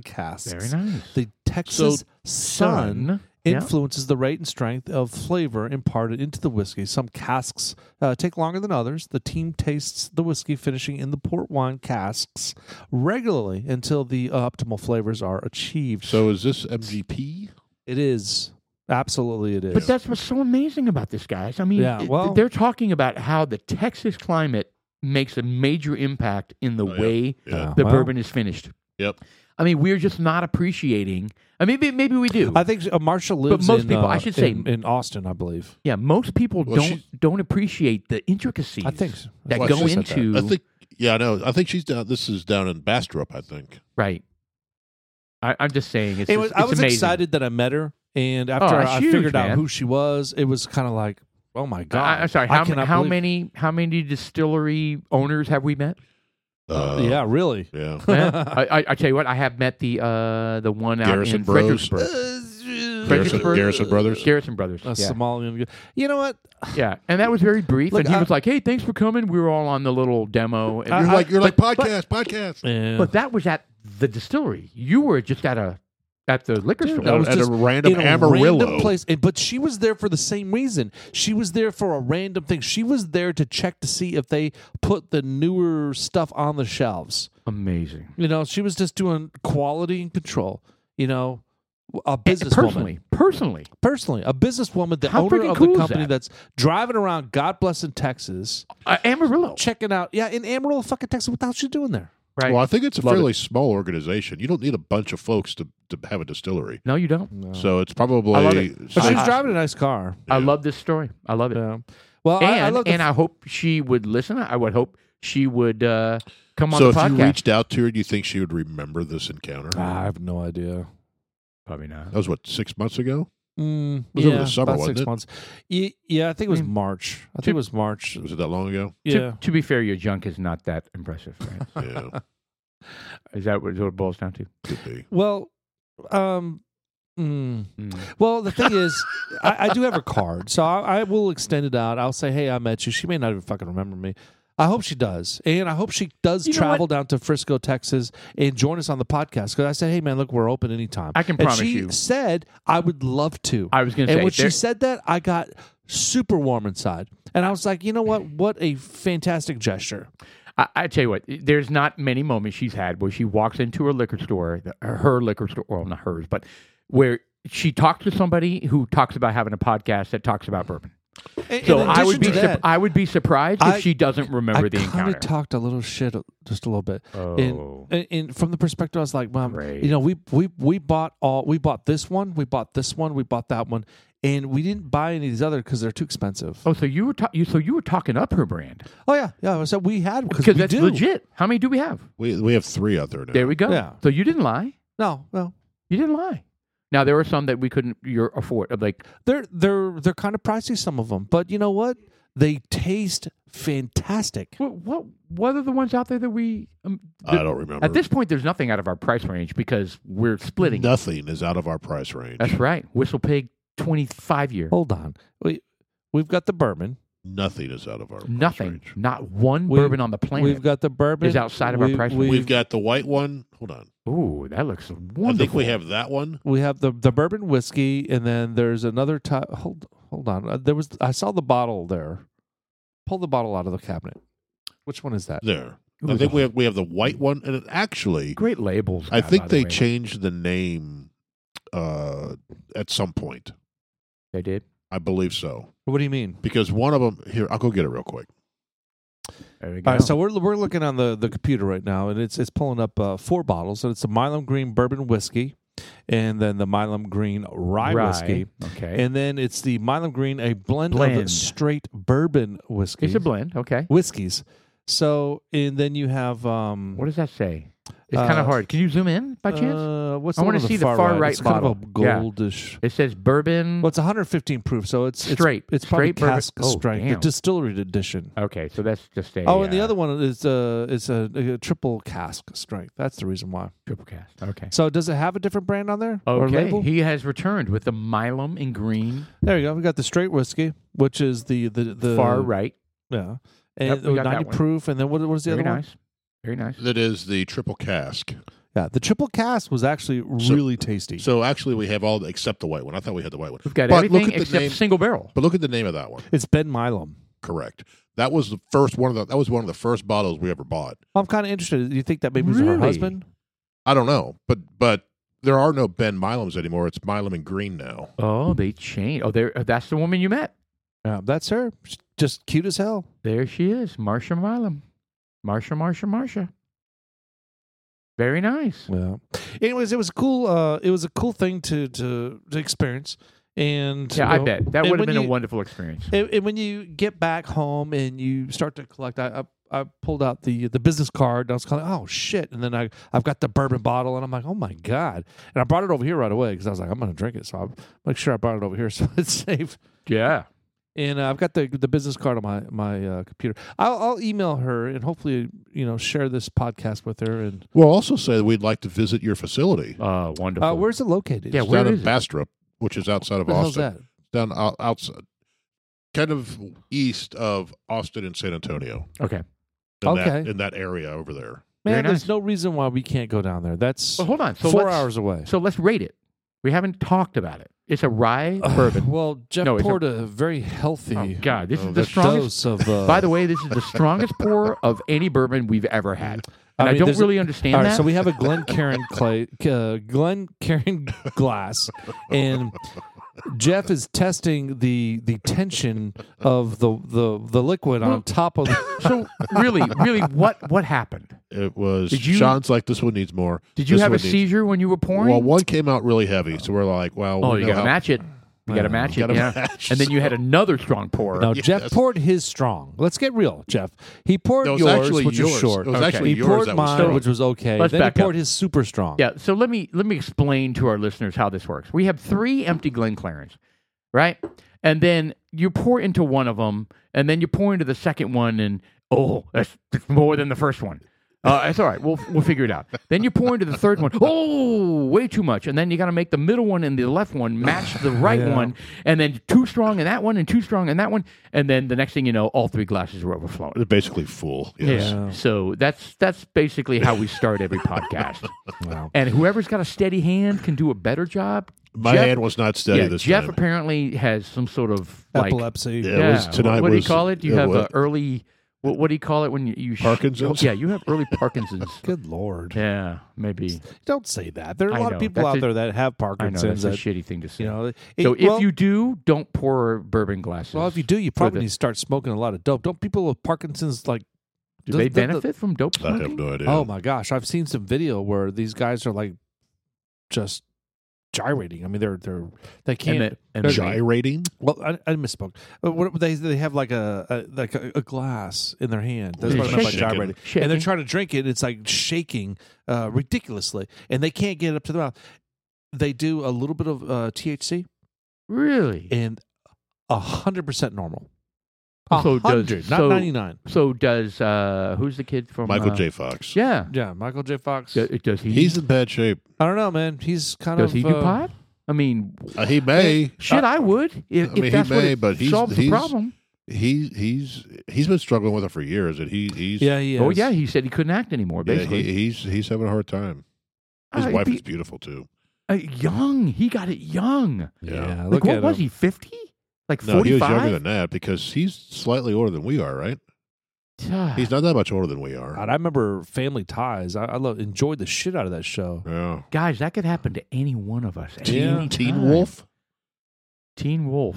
C: casks.
B: Very nice.
C: The Texas sun
B: Yeah.
C: influences the rate and strength of flavor imparted into the whiskey. Some casks uh, take longer than others. The team tastes the whiskey finishing in the port wine casks regularly until the optimal flavors are achieved.
A: so is this MGP?
C: It is absolutely it is.
B: But that's what's so amazing about this, guys. I mean,
C: Yeah,
B: it-
C: well-
B: they're talking about how the Texas climate makes a major impact in the
A: Oh, yeah.
B: way
A: Yeah.
B: the
C: Well,
B: bourbon is finished.
A: Yep.
B: I mean, we're just not appreciating. I mean, maybe, maybe we do.
C: I think uh, Marsha lives
B: most
C: in,
B: people- I
C: uh,
B: should say-
C: in, in Austin, I believe.
B: yeah, most people
A: Well,
B: don't
A: she-
B: don't appreciate the intricacies
C: I think so.
B: that
A: Well,
B: go
A: she
C: said that.
B: into
A: I think. Yeah, I know. I think she's down. This is down in Bastrop. I think.
B: right. I, I'm just saying, it's,
C: Anyway,
B: just-
C: I
B: it's
C: was
B: amazing.
C: excited that I met her, and after
B: that's
C: I
B: huge,
C: figured out
B: man.
C: who she was, it was kind of like, oh my god!
B: I, am sorry. How, ma-
C: cannot
B: how
C: believe-
B: many how many distillery owners have we met?
A: Uh,
C: yeah, really.
A: Yeah.
B: I, I, I tell you what, I have met the uh, the one out
A: Garrison
B: in
A: Bros.
B: Fredericksburg.
A: Garrison,
B: Fredericksburg-
A: Garrison Brothers.
B: Garrison Brothers.
C: Uh, a
B: yeah.
C: Somalian. You know what?
B: yeah. And that was very brief.
C: Look,
B: and he
C: I-
B: was like, hey, thanks for coming. We were all on the little demo. And,
A: You're
C: I-
A: like you're like
B: but-
A: podcast, podcast.
B: but that was at the distillery. You were just at a at the liquor
C: Dude,
B: store.
C: I was
A: at
C: just
A: a random
C: in a
A: Amarillo.
C: random place, and, but she was there for the same reason. She was there for a random thing. She was there to check to see if they put the newer stuff on the shelves.
B: Amazing.
C: You know, she was just doing quality and control. You know, a
B: And
C: businesswoman,
B: Eh, Personally, personally,
C: personally, a businesswoman, the
B: How
C: owner
B: freaking
C: of
B: cool
C: the
B: is
C: company
B: that?
C: that's driving around, God bless in Texas,
B: uh, Amarillo,
C: checking out. Yeah, in Amarillo, fucking Texas. What the hell's she doing there?
B: right?
A: Well, I think it's a
B: Love it.
A: fairly small organization. You don't need a bunch of folks to, to have a distillery.
B: no, you don't.
A: So it's probably.
B: I love it.
C: but
B: I-
C: she's
B: I-
C: driving a nice car.
B: I
A: Yeah.
B: love this story. I love it.
C: Yeah. Well,
B: and
C: Oh, I,
B: I
C: I love the
B: and I hope she would listen. I would hope she would uh, come on
A: so
B: the
A: if
B: podcast.
A: you reached out to her, do you think she would remember this encounter?
C: I have no idea.
B: Probably not.
A: That was what six months ago.
C: Mm,
A: was over the summer,
C: about
A: wasn't
C: six
A: it?
C: months. Ye- Yeah, I think it was
B: Mm.
C: March. I
B: Two-
C: think it was March.
A: Was it that long ago?
C: Yeah.
B: To, to be fair, your junk is not that impressive. Right?
A: Yeah,
B: is that what it boils down to?
A: could be.
C: Well, um, mm. well, the thing is, I, I do have her card, so I, I will extend it out. I'll say, hey, I met you. She may not even fucking remember me. I hope she does, and I hope she does
B: You know
C: travel down to Frisco, Texas, and join us on the podcast. Because I said, hey, man, look, we're open anytime.
B: I can
C: and
B: promise
C: she
B: you.
C: said, I would love to.
B: I was going to
C: And
B: say
C: when she
B: there-
C: said that, I got super warm inside. And I was like, you know what? What a fantastic gesture.
B: I, I tell you what, there's not many moments she's had where she walks into her liquor store, the- her liquor store, well, not hers, but where she talks to somebody who talks about having a podcast that talks about bourbon.
C: In-
B: So
C: in
B: I would be
C: addition to
B: surp- I would be surprised if
C: I-
B: she doesn't remember
C: I
B: the
C: kinda
B: encounter.
C: talked a little shit, uh, just a little bit.
B: Oh.
C: And, and from the perspective, I was like, "Mom,
B: Great.
C: you know, we we we bought all, we bought this one, we bought this one, we bought that one, and we didn't buy any of these other because they're too expensive." Oh,
B: Oh, so you were ta- you so you were talking up her brand
C: yeah, yeah. So we had because
B: because
C: we
B: that's
C: do.
B: legit. How many do we have?
A: We we have three out there now.
B: There we go.
C: Yeah.
B: So you didn't lie.
C: No, no,
B: You didn't lie. Now there were some that we couldn't you're afford. of Like
C: they're they're they're kind of pricey some of them, but you know what? They taste fantastic.
B: what what, what are the ones out there that we? Um,
A: I
B: that-
A: don't remember.
B: At this point, there's nothing out of our price range because we're splitting.
A: nothing is out of our price range.
B: That's right. Whistle Pig, 25 year.
C: Hold on, we we've got the bourbon,
A: Nothing is out of our
B: Nothing.
A: Price range.
B: Not one
C: We-
B: bourbon on the planet.
C: we've got the bourbon
B: Is outside of our
C: we,
B: price
C: We,
A: We've got the white one. Hold on.
B: Ooh, that looks wonderful.
A: I think we have that one.
C: we have the the bourbon whiskey, and then there's another type. Hold hold on, Uh, there was I saw the bottle there. Pull the bottle out of the cabinet. Which one is that?
A: There.
B: Ooh,
A: I think
B: the-
A: we have we have the white one, and it actually,
B: great labels.
A: I
B: God, by
A: think
B: the
A: they
B: way.
A: changed the name uh, at some point.
B: They did.
A: I believe so
C: What do you mean?
A: because one of them here. I'll go get it real quick.
B: There we go.
C: All right, so we're we're looking on the, the computer right now, and it's it's pulling up uh, four bottles, and it's the Milam Green bourbon whiskey, and then the Milam Green rye,
B: Rye,
C: whiskey,
B: Okay.
C: and then it's the Milam Green a blend,
B: Blend.
C: of straight bourbon whiskey.
B: it's a blend. Okay.
C: whiskeys. So, and then you have um,
B: What does that say? It's kind
C: Uh,
B: of hard. Can you zoom in by chance?
C: Uh, what's
B: I
C: the
B: wanna
C: one on
B: see the
C: far
B: far
C: right?
B: right
C: It's kind of a
B: bottle. Yeah.
C: goldish.
B: it says bourbon.
C: Well, it's 115 proof, so it's it's-
B: Straight.
C: It's, probably
B: Straight bourbon.
C: cask
B: Oh,
C: strength, the
B: damn.
C: distillery edition.
B: okay, so that's just a.
C: Oh, and the
B: uh,
C: other one is uh, it's a, a triple cask strength. That's the reason why.
B: triple cast. Okay.
C: So, does it have a different brand on there or
B: Okay.
C: label?
B: He has returned with the Milam in green
C: there you go. We got the straight whiskey, which is the the, the
B: far right.
C: Yeah,
B: Yep,
C: and
B: we got
C: 90
B: that one.
C: proof, and then what, what is the
B: Very
C: other one?
B: nice. Very nice.
A: That is the triple cask.
C: Yeah, the triple cask was actually
A: So-
C: really tasty.
A: So actually, we have all the, except the white one. I thought we had the white one,
B: We've got
A: But look
B: everything
A: at the
B: except
A: name.
B: single barrel.
A: but look at the name of that one.
C: it's Ben Milam.
A: Correct. That was the first one of the. That was one of the first bottles we ever bought.
C: I'm kind of interested. Do you think that maybe it was her
B: Really?
C: husband?
A: I don't know, but but there are no Ben Milams anymore. It's Milam and Green now.
B: Oh, they changed. Oh, there. That's the woman you met.
C: Yeah, that's her. She's Just cute as hell.
B: There she is, Marsha Milam. Marsha, Marsha, Marsha. Very nice.
C: Yeah. Anyways, it was cool. Uh, it was a cool thing to to, to experience. And
B: Yeah, I
C: uh,
B: bet that
C: and
B: would have
C: when
B: been a
C: you-
B: wonderful experience.
C: And, and when you get back home and you start to collect, I I, I pulled out the the business card and I was kind of oh shit, and then I I've got the bourbon bottle and I'm like oh my god, and I brought it over here right away because I was like I'm gonna drink it, so I'll make sure I brought it over here so it's safe.
B: yeah.
C: And uh, I've got the the business card on my my uh, computer. I'll, I'll email her and hopefully you know share this podcast with her. And uh,
A: We'll also say that we'd like to visit your facility
B: Uh, wonderful.
C: uh, where's it located?
B: Yeah,
A: It's
B: where
A: down
B: is
A: in
B: it?
A: Bastrop, which is outside of
C: What the hell's
A: Austin.
C: that?
A: Down out, outside, kind of east of Austin and San Antonio.
B: Okay.
A: In That,
C: Okay.
A: in that area over there.
C: Man,
B: Very
C: there's
B: nice.
C: no reason why we can't go down there. That's
B: Well, hold on. So
C: 4
B: let's-
C: hours away.
B: So let's rate it. We haven't talked about it. It's a rye
C: Ugh,
B: bourbon.
C: Well, Jeff
B: No, it's a-
C: poured a very healthy
B: Oh God, this
A: Oh,
B: is the
A: that's
B: strongest.
C: dose of. Uh,
B: By the way, this is the strongest pour of any bourbon we've ever had, and I,
C: mean,
B: don't
C: there's a-
B: really understand
C: all right,
B: that.
C: so we have a Glen Cairn clay, uh, Glen Cairn glass, and Jeff is testing the the tension of the the, the liquid on
B: Well-
C: top of. The,
B: So really, really, what what happened?
A: It was
B: Did you-
A: Sean's like this one needs more.
B: Did you
A: This
B: have
A: one
B: a
A: needs-
B: seizure when you were pouring?
A: Well, one came out really heavy, so we're like, wow.
B: oh,
A: we
B: you
A: know
B: got to
A: how-
B: match it. You got to match it.
A: gotta
B: yeah.
A: match,
B: and then you had
A: so-
B: another strong pour.
C: now
A: Yes.
C: Jeff poured his strong. Let's get real, Jeff. He poured
A: No, it was
C: yours,
A: actually
C: which
A: yours.
C: was short.
A: It was
B: Okay.
A: actually
C: he
A: yours
C: poured
A: that was
C: mine,
A: strong.
C: which was okay.
B: Let's
C: then he
B: back up.
C: poured his super strong.
B: Yeah. So let me let me explain to our listeners how this works. We have three empty Glen Clarence, right? And then you pour into one of them, and then you pour into the second one, and oh, that's, that's more than the first one. Uh, that's all right. We'll we'll figure it out. Then you pour into the third one. Oh, way too much. And then you got to make the middle one and the left one match the right
C: Yeah.
B: one, and then two strong in that one, and two strong in that one, and then the next thing you know, all three glasses are overflowing.
A: They're basically full. Yes.
B: Yeah. So that's that's basically how we start every podcast.
C: Wow.
B: And whoever's got a steady hand can do a better job.
A: My
B: Jeff-
A: hand was not steady
B: yeah,
A: this
B: Jeff
A: time.
B: apparently has some sort of like
C: Epilepsy.
A: Yeah.
B: yeah.
A: was- tonight
B: what, do you
A: was-
B: call it? You
A: it
B: have
A: was-
B: a early. What, what do you call it when you, you sh-
A: Parkinson's?
B: yeah, you have early Parkinson's.
C: Good lord!
B: yeah, maybe.
C: Don't say that. There are a
B: I
C: lot
B: know.
C: of people
B: That's
C: out
B: a-
C: there that have
B: I know that's
C: Parkinson's.
B: a
C: That,
B: shitty thing to say.
C: you know, it-
B: so if
C: well-
B: you do, don't pour bourbon glasses.
C: well, if you do, you probably
B: the-
C: need to start smoking a lot of dope. Don't people with Parkinson's like?
B: do
C: the-
B: they
C: the- the-
B: benefit from dope
A: I have
B: smoking?
A: no idea.
C: Oh my gosh, I've seen some video where these guys are like just gyrating. I mean, they're they're they can't.
B: and, the- and the-
A: Gyrating?
C: well, I, I misspoke. Uh, what, they they have like a, a like a, a glass in their hand. That's what I meant by
A: Shaking.
C: gyrating.
B: shaking.
C: And they're trying to drink it. It's like shaking uh, ridiculously, and they can't get it up to the mouth. They do a little bit of uh, THC
B: really.
C: and hundred percent normal.
B: So does-
C: 100, not
B: so-
C: ninety nine.
B: so does uh, who's the kid from
A: Michael
B: uh,
A: J. Fox.
B: Yeah,
C: Yeah, Michael J. Fox.
B: Do- does he?
A: He's in bad shape.
C: I don't know, man. He's kind
B: does
C: of.
B: he do
C: uh,
B: pot? I mean,
A: Uh, he may.
B: Shit, I would. If,
A: I
B: if
A: mean, he
B: that's what
A: may,
B: it
A: but he's-
B: solves the
A: he's-
B: problem.
A: He he's he's been struggling with it for years, and he he's
C: Yeah, he is.
B: Oh yeah, he said he couldn't act anymore.
A: yeah,
B: Basically,
A: he, he's he's having a hard time. His
B: Uh,
A: wife
B: be-
A: is beautiful too.
B: uh, young. He got it young.
A: Yeah.
B: like what was he? Fifty? Like
A: No, he was younger
B: forty-five?
A: than that because he's slightly older than we are, right? He's not that much older than we are.
C: God, I remember Family Ties. I, I love, enjoyed the shit out of that show.
A: Yeah.
B: Guys, that could happen to any one of us. at
A: Teen,
B: any
A: teen
B: time.
A: Wolf.
B: Teen Wolf.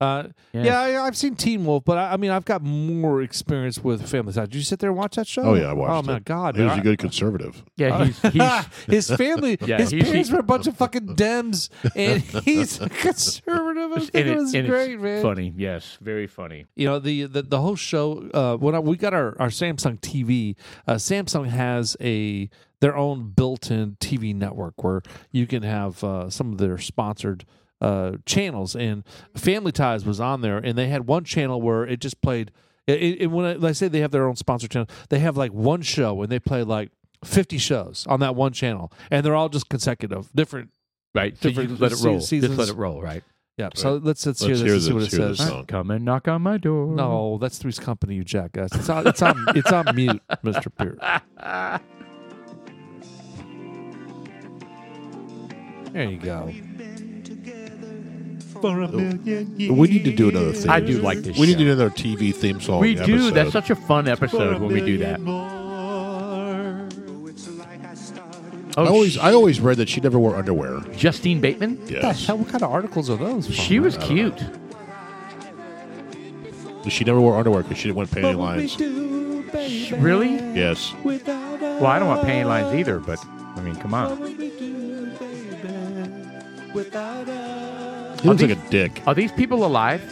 C: Uh,
B: Yeah.
C: Yeah, I, I've seen Teen Wolf, but I, I mean, I've got more experience with Family Ties. Did you sit there and watch that show?
A: Oh, yeah, I
C: Oh
A: watched
C: my
A: it.
C: god,
A: He was
C: man,
A: a good conservative.
B: Yeah, he's,
C: I-
B: he's
C: his family,
B: Yeah,
C: his
B: he's-
C: parents
B: he's-
C: were a bunch of fucking Dems, and he's a conservative. I think
B: and
C: it,
B: it-
C: was
B: and it's
C: great, man.
B: funny. Yes, very funny.
C: you know the the, the whole show uh, when I, we got our, our samsung tv uh, samsung has a their own built-in tv network where you can have uh, some of their sponsored uh, channels and family ties was on there and they had one channel where it just played it, it, it- when I, when I say they have their own sponsored channel they have like one show and they play like 50 shows on that one channel and they're all just consecutive different
B: Right. So you
C: Different
B: just let it roll.
C: seasons.
B: Just let it roll. Right.
C: yeah so let's let's,
A: Let's
C: hear
A: hear
C: this and
A: this-
C: see
A: hear
C: what
A: this
C: it says
A: song.
B: Come and knock on my door.
C: No, that's Three's Company, you jackass. It's on, it's on, it's on mute, Mr. Pierce. There you go.
A: We need to do another thing.
B: I do like this
A: We need
B: show.
A: to do another TV theme song.
B: We
A: Oh, episode.
B: do. That's such a fun episode when we do that.
A: I
B: Oh,
A: always
B: sh-
A: I always read that she never wore underwear.
B: Justine Bateman.
C: What the
A: Yes,
C: hell? What kind of articles are those? from?
B: She was cute.
A: she never wore underwear because she didn't want panty
C: What would we
A: lines.
C: do, baby,
B: Really?
A: Yes,
C: without
B: Well, I don't want panty lines
C: us?
B: either, but I mean, come
C: What
B: on.
C: would we do, baby, without us?
A: he looks like a dick.
B: Are these people alive?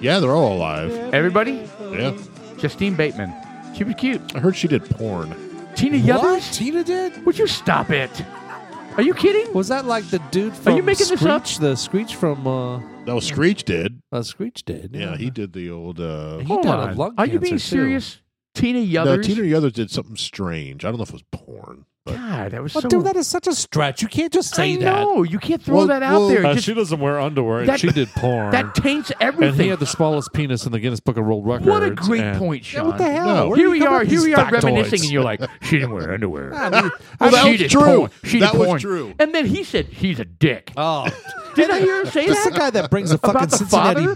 A: Yeah, they're all alive.
B: Everybody?
A: Yeah,
B: Justine Bateman. She was cute.
A: I heard she did porn.
B: Tina
C: What?
B: Yothers?
C: Tina did?
B: Would you stop it? Are you kidding?
C: Was that like the dude from
B: you making
C: Screech?
B: this up?
C: The Screech from uh,
A: No, Screech did.
C: uh Screech did.
A: Yeah, he did the old. Uh,
C: Uh-huh. He
B: Hold
C: died
B: on.
C: of lung
B: Are you being
C: cancer, too.
B: serious? Tina
A: no,
B: Yothers?
A: Tina Yothers did something strange. I don't know if it was porn, but
B: God, that was
C: Well,
B: so.
C: dude, that is such a stretch. You can't just say
B: I
C: that.
B: know. You can't throw
A: Well,
B: that out
A: well,
B: there.
C: Uh,
B: Just-
C: she doesn't wear underwear, and
B: That-
C: she did porn.
B: that taints
C: and he
B: everything.
C: had the smallest penis in the Guinness Book of World Records.
B: What a great
C: and-
B: point, Sean.
C: what the hell?
A: No.
C: Where
B: Here
C: you
B: we
C: come
B: are.
C: with
B: Here
C: these
B: we are
C: factoids?
B: reminiscing, and you're like, she didn't wear underwear. I
A: that
B: mean,
A: was
B: she did
A: true.
B: porn. She did
A: That was
B: porn.
A: true.
B: And then he said, he's a dick.
C: Oh,
B: Did I hear her say
C: this is
B: that?
C: the guy that brings the
B: About
C: fucking
B: the
C: Cincinnati
B: father?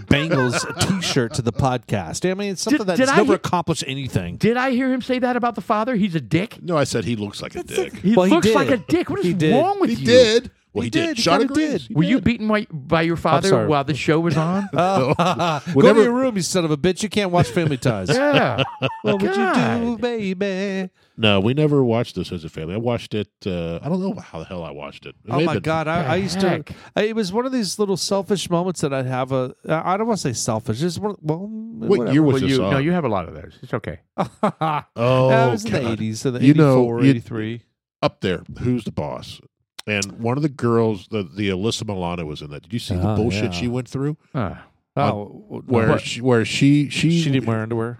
C: Bengals T-shirt to the podcast. I mean, it's something
B: Did-
C: that's
B: did I
C: never
B: hit-
C: accomplished anything.
B: Did I hear him say that about the father? He's a dick.
A: no, I said he looks like a dick.
B: He
C: Well, he
B: looks
C: did.
B: like a dick. What
C: He
B: is
C: did.
B: wrong with
A: He
B: you?
A: did. Well, he,
C: He
A: did.
C: did. He
A: Shot
C: kinda
A: of greens.
C: did.
A: He
B: Were you
A: did.
B: beaten by, by your father
C: sorry.
B: while the show was on?
C: Uh, go
A: Whenever-
C: to your room, you son of a bitch. You can't watch Family Ties.
B: yeah.
C: What would you do,
B: God.
C: baby?
A: No, we never watched this as a family. I watched it. Uh, I don't know how the hell I watched it. It
C: Oh
A: may have
C: my
A: been-
C: god, I, I
B: the
C: used
B: heck?
C: to. I, it was one of these little selfish moments that I'd have a. I don't want to say selfish. It's one. Well,
A: What
C: whatever.
A: year was
B: Well,
A: this?
B: you,
A: on?
B: no, you have a lot of those. It's okay.
A: oh,
C: Yeah, it was in the
A: God.
C: eighties, so the
A: You
C: eighty
A: know,
C: four,
A: you-
C: eighty three.
A: up there. Who's the boss? And one of the girls, the the Alyssa Milano was in that. Did you see the
C: Oh,
A: bullshit
C: yeah.
A: she went through?
B: Uh,
C: Oh,
A: Where
B: What?
A: she, where she she
C: she didn't wear underwear.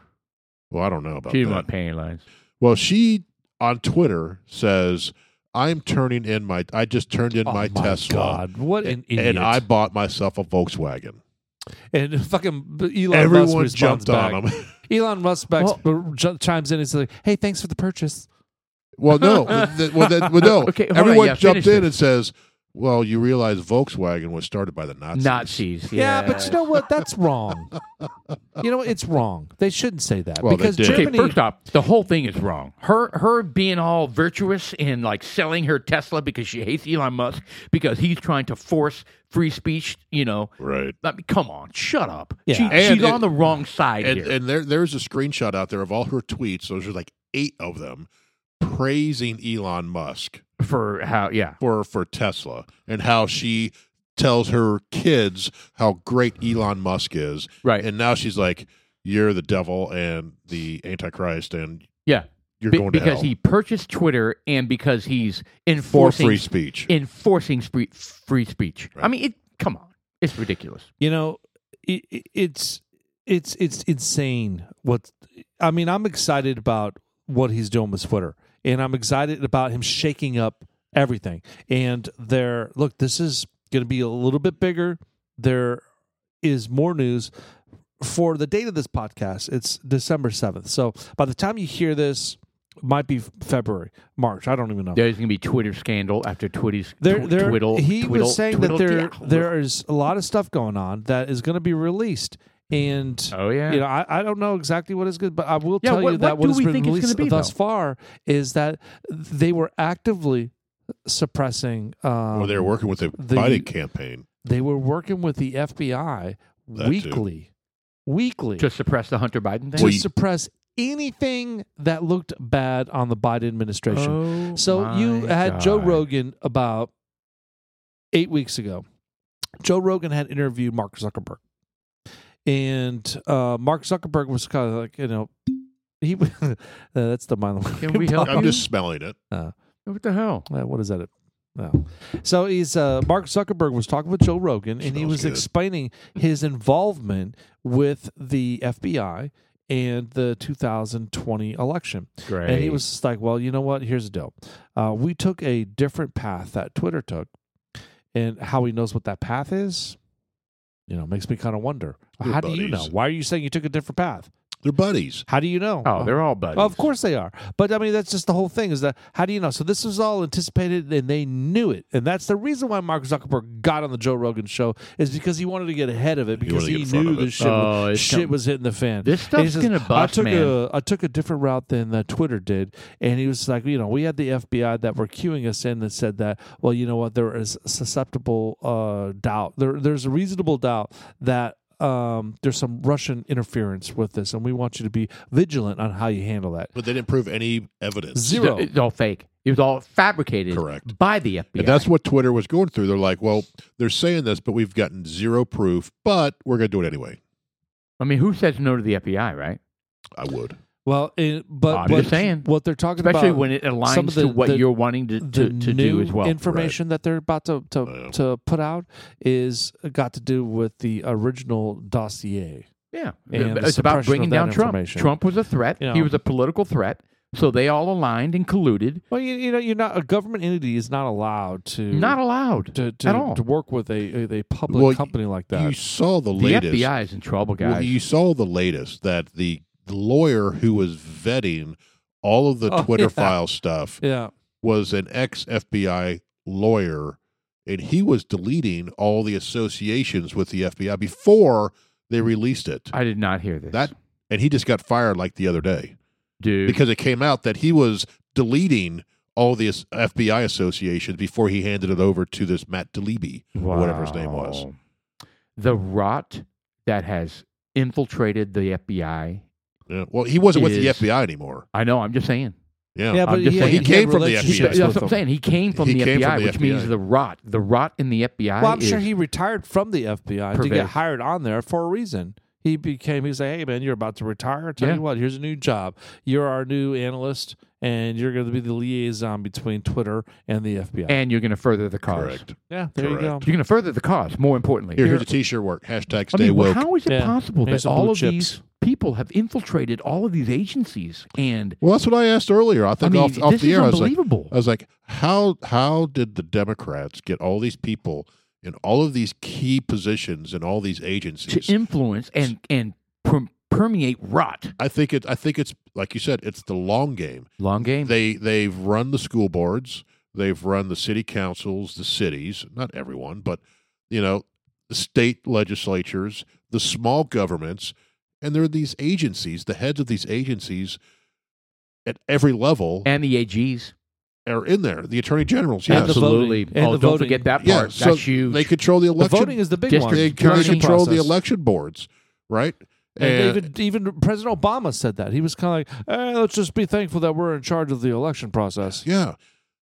A: Well, I don't know about
B: she
A: that.
B: didn't want panty lines.
A: Well, she on Twitter says, "I'm turning in my. I just turned in
C: oh
A: my, Tesla,
C: God, what an idiot!
A: and I bought myself a Volkswagen."
C: and fucking Elon Musk
A: Everyone
C: responds
A: jumped
C: back.
A: on him.
C: Elon Musk back j- chimes in and says, "Hey, thanks for the purchase."
A: well, no, th- well, that, well, no.
B: Okay, hold on,
A: Everyone
B: yeah,
A: jumped
B: finish
A: in
B: this.
A: and says, "Well, you realize Volkswagen was started by the Nazis."
B: Nazis.
C: Yeah,
B: Yeah,
C: but you know what? That's wrong. you know what? It's wrong. They shouldn't say that
A: Well, they
C: because
A: did.
B: Okay,
C: Germany.
B: first off, the whole thing is wrong. Her her being all virtuous and like selling her Tesla because she hates Elon Musk because he's trying to force free speech. You know,
A: right?
B: I mean, come on, shut up.
C: Yeah.
B: She,
A: And
B: she's
A: it-
B: on the wrong side
A: And
B: here.
A: and there there's a screenshot out there of all her tweets. Those are like eight of them praising Elon Musk
B: for how? Yeah,
A: for for Tesla and how she tells her kids how great Elon Musk is
B: right.
A: and now she's like, "You're the devil and the Antichrist, and
B: Yeah.
A: you're
B: Be-
A: going to
B: because
A: hell
B: he purchased Twitter and because he's
A: for
B: enforcing
A: free speech."
B: enforcing spree- free speech. I
A: Right.
B: mean, it. Come on, it's ridiculous.
C: you know i i- it's it's it's insane what i mean i'm excited about what he's doing with twitter and i'm excited about him shaking up everything and there look this is going to be a little bit bigger there is more news for the date of this podcast it's december 7th so by the time you hear this might be february march i don't even know
B: There's going to be Twitter scandal after Twitter's
C: there,
B: tw-
C: there,
B: twiddle.
C: he
B: twiddle-
C: was saying
B: twiddle-
C: that there,
B: yeah.
C: there is a lot of stuff going on that is going to be released, and
B: Oh yeah.
C: you know, I, I don't know exactly what is good, but I will
B: Yeah,
C: tell
B: what-
C: you that
B: what do
C: what has
B: we
C: been
B: think it's
C: released
B: gonna be,
C: thus
B: though?
C: far is that they were actively suppressing. Um,
A: Well, they're working with the,
C: the-
A: Biden campaign.
C: they were working with the FBI
A: That too.
C: weekly, weekly
B: to suppress the Hunter Biden
C: to
B: thing.
A: Well, you-
C: suppress anything that looked bad on the Biden administration.
B: Oh,
C: So you
B: my
C: had Joe
B: God.
C: Rogan about eight weeks ago. Joe Rogan had interviewed Mark Zuckerberg, and uh, Mark Zuckerberg was kind of like, you know, he. uh, that's the mind.
B: Can we help
A: I'm
B: you?
A: just smelling it.
B: What the hell?
C: Uh, what is that? No. So he's uh, Mark Zuckerberg was talking with Joe Rogan, and he
A: Smells
C: was
A: good.
C: explaining his involvement with the FBI and the 2020 election.
B: Great.
C: And he was just like, well, you know what? Here's the deal. Uh, we took a different path that Twitter took. And how he knows what that path is, you know, makes me kind of wonder.
A: They're
C: how do you know?
A: buddies.
C: Why are you saying you took a different path?
A: They're buddies.
C: How do you know?
B: Oh, they're all buddies.
C: of course they are. But I mean, that's just the whole thing is that how do you know? So this was all anticipated and they knew it. And that's the reason why Mark Zuckerberg got on the Joe Rogan show is because he wanted to get ahead of it because
A: wanted to
C: he,
A: get in front
C: knew
A: of it.
C: this shit,
B: Oh, it's
C: was, shit
B: com-
C: was hitting the fan.
B: This
C: And he
B: stuff's
C: says,
B: gonna bust,
C: I took
B: man.
C: a I took a different route than that Twitter did, and he was like, you know, we had the FBI that were queuing us in that said that, well, you know what, there is susceptible uh, doubt. There, there's a reasonable doubt that. Um, there's some Russian interference with this, and we want you to be vigilant on how you handle that.
A: But they didn't prove any evidence.
C: Zero.
B: It's all fake. It was all fabricated
A: Correct.
B: by the FBI.
A: And that's what Twitter was going through. They're like, well, they're saying this, but we've gotten zero proof, but we're going to do it anyway.
B: I mean, who says no to the FBI, right?
A: I would.
C: Well, it, but
B: I'm
C: what,
B: just saying.
C: what they're talking
B: Especially
C: about,
B: when it
C: some
B: aligns
C: of the-
B: to what
C: the-
B: you're wanting to,
C: the
B: to, to
C: new
B: do as well.
C: information that they're about to to,
A: Yeah.
C: to put out is got to do with the original dossier.
B: yeah.
C: and the
B: It's about
C: suppression
B: bringing
C: of that
B: down Trump.
C: information.
B: Trump was a threat.
C: You
B: He
C: know.
B: was a political threat. So they all aligned and colluded.
C: Well, you, you know, you're not a government entity is not allowed to
B: Not allowed
C: to, to
B: at all.
C: to work with a a, a public
A: Well,
C: company like that.
A: You saw the
B: The
A: latest.
B: FBI is in trouble, guys.
A: Well, you saw the latest that the lawyer who was vetting all of the
C: Oh,
A: Twitter
C: yeah.
A: file stuff
C: yeah,
A: was an ex FBI lawyer, and he was deleting all the associations with the FBI before they released it.
B: I did not hear this.
A: That- and he just got fired like the other day
B: dude.
A: because it came out that he was deleting all the as- FBI associations before he handed it over to this Matt Delibi. or whatever his name was.
B: Wow. The rot that has infiltrated the FBI.
A: Yeah. Well, he wasn't with the
B: Is-
A: FBI anymore.
B: I know. I'm just saying.
A: Yeah.
C: yeah,
B: I'm
C: but
B: just
C: he,
B: saying.
C: he
B: He
A: came
C: had
A: from the
C: relationships
A: FBI.
B: That's
C: with
B: what I'm
C: them.
B: saying. He came from
A: He
B: the
A: came from
B: FBI,
A: the
B: which
A: FBI.
B: means the rot. The rot in the FBI.
C: Well, I'm
B: is,
C: sure he retired from the FBI to get
B: Pervasive.
C: hired on there for a reason. He became. He's like, hey man, you're about to retire. Tell
B: Yeah.
C: you what, here's a new job. You're our new analyst, and you're going to be the liaison between Twitter and the FBI.
B: and you're going to further the cause.
A: Correct.
C: yeah, there you go.
A: correct.
B: You're going to further the cause. More importantly,
A: Here, here's a t shirt work. Hashtag
B: I
A: stay
B: mean,
A: woke.
B: how is it
C: Yeah.
B: possible
C: Here's
B: that
C: the blue
B: all of
C: chips.
B: these people have infiltrated all of these agencies? And
A: well, that's what I asked earlier. I
B: I
A: think
B: mean,
A: off, off
B: this
A: the
B: is
A: air, I was like, oh,
B: unbelievable.
A: I was like, how how did the Democrats get all these people in all of these key positions in all these agencies?
B: to influence and and per- permeate rot.
A: I think it. I think it's like you said. It's the long game.
B: Long game.
A: They they've run the school boards. They've run the city councils, the cities. Not everyone, but you know, the state legislatures, the small governments, and there are these agencies. The heads of these agencies at every level
B: and the AGs.
A: are in there. The attorney generals.
C: And
A: Yes.
C: the
B: Absolutely.
C: voting. And
B: oh,
C: the
B: don't
C: voting.
B: forget that part.
A: Yeah, so
B: That's huge.
A: They control the
C: The
A: election.
C: voting is the big
B: district
C: one.
A: they,
B: Election
A: they control the
C: process.
A: election boards, right?
C: And, even, even President Obama said that he was kind of like, eh, let's just be thankful that we're in charge of the election process.
A: yeah,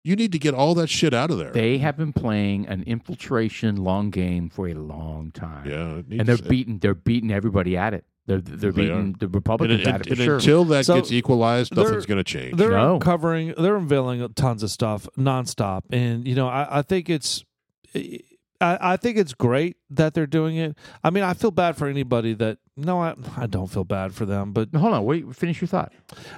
A: you need to get all that shit out of there.
B: They have been playing an infiltration long game for a long time.
A: yeah, it
B: And they're
A: needs-
B: beating they're beating everybody at it. They're they're
A: They
B: beating
A: are.
B: the
A: and,
B: Republicans
A: and-
B: at it for
A: and
B: sure.
A: until that
C: So
A: gets equalized,
C: they're-
A: nothing's going to change.
C: They're
B: No.
C: uncovering, they're unveiling tons of stuff nonstop, and you know, I, I think it's, I, I think it's great that they're doing it. I mean, I feel bad for anybody that no, I, I don't feel bad for them, but
B: Hold on, wait, finish your thought.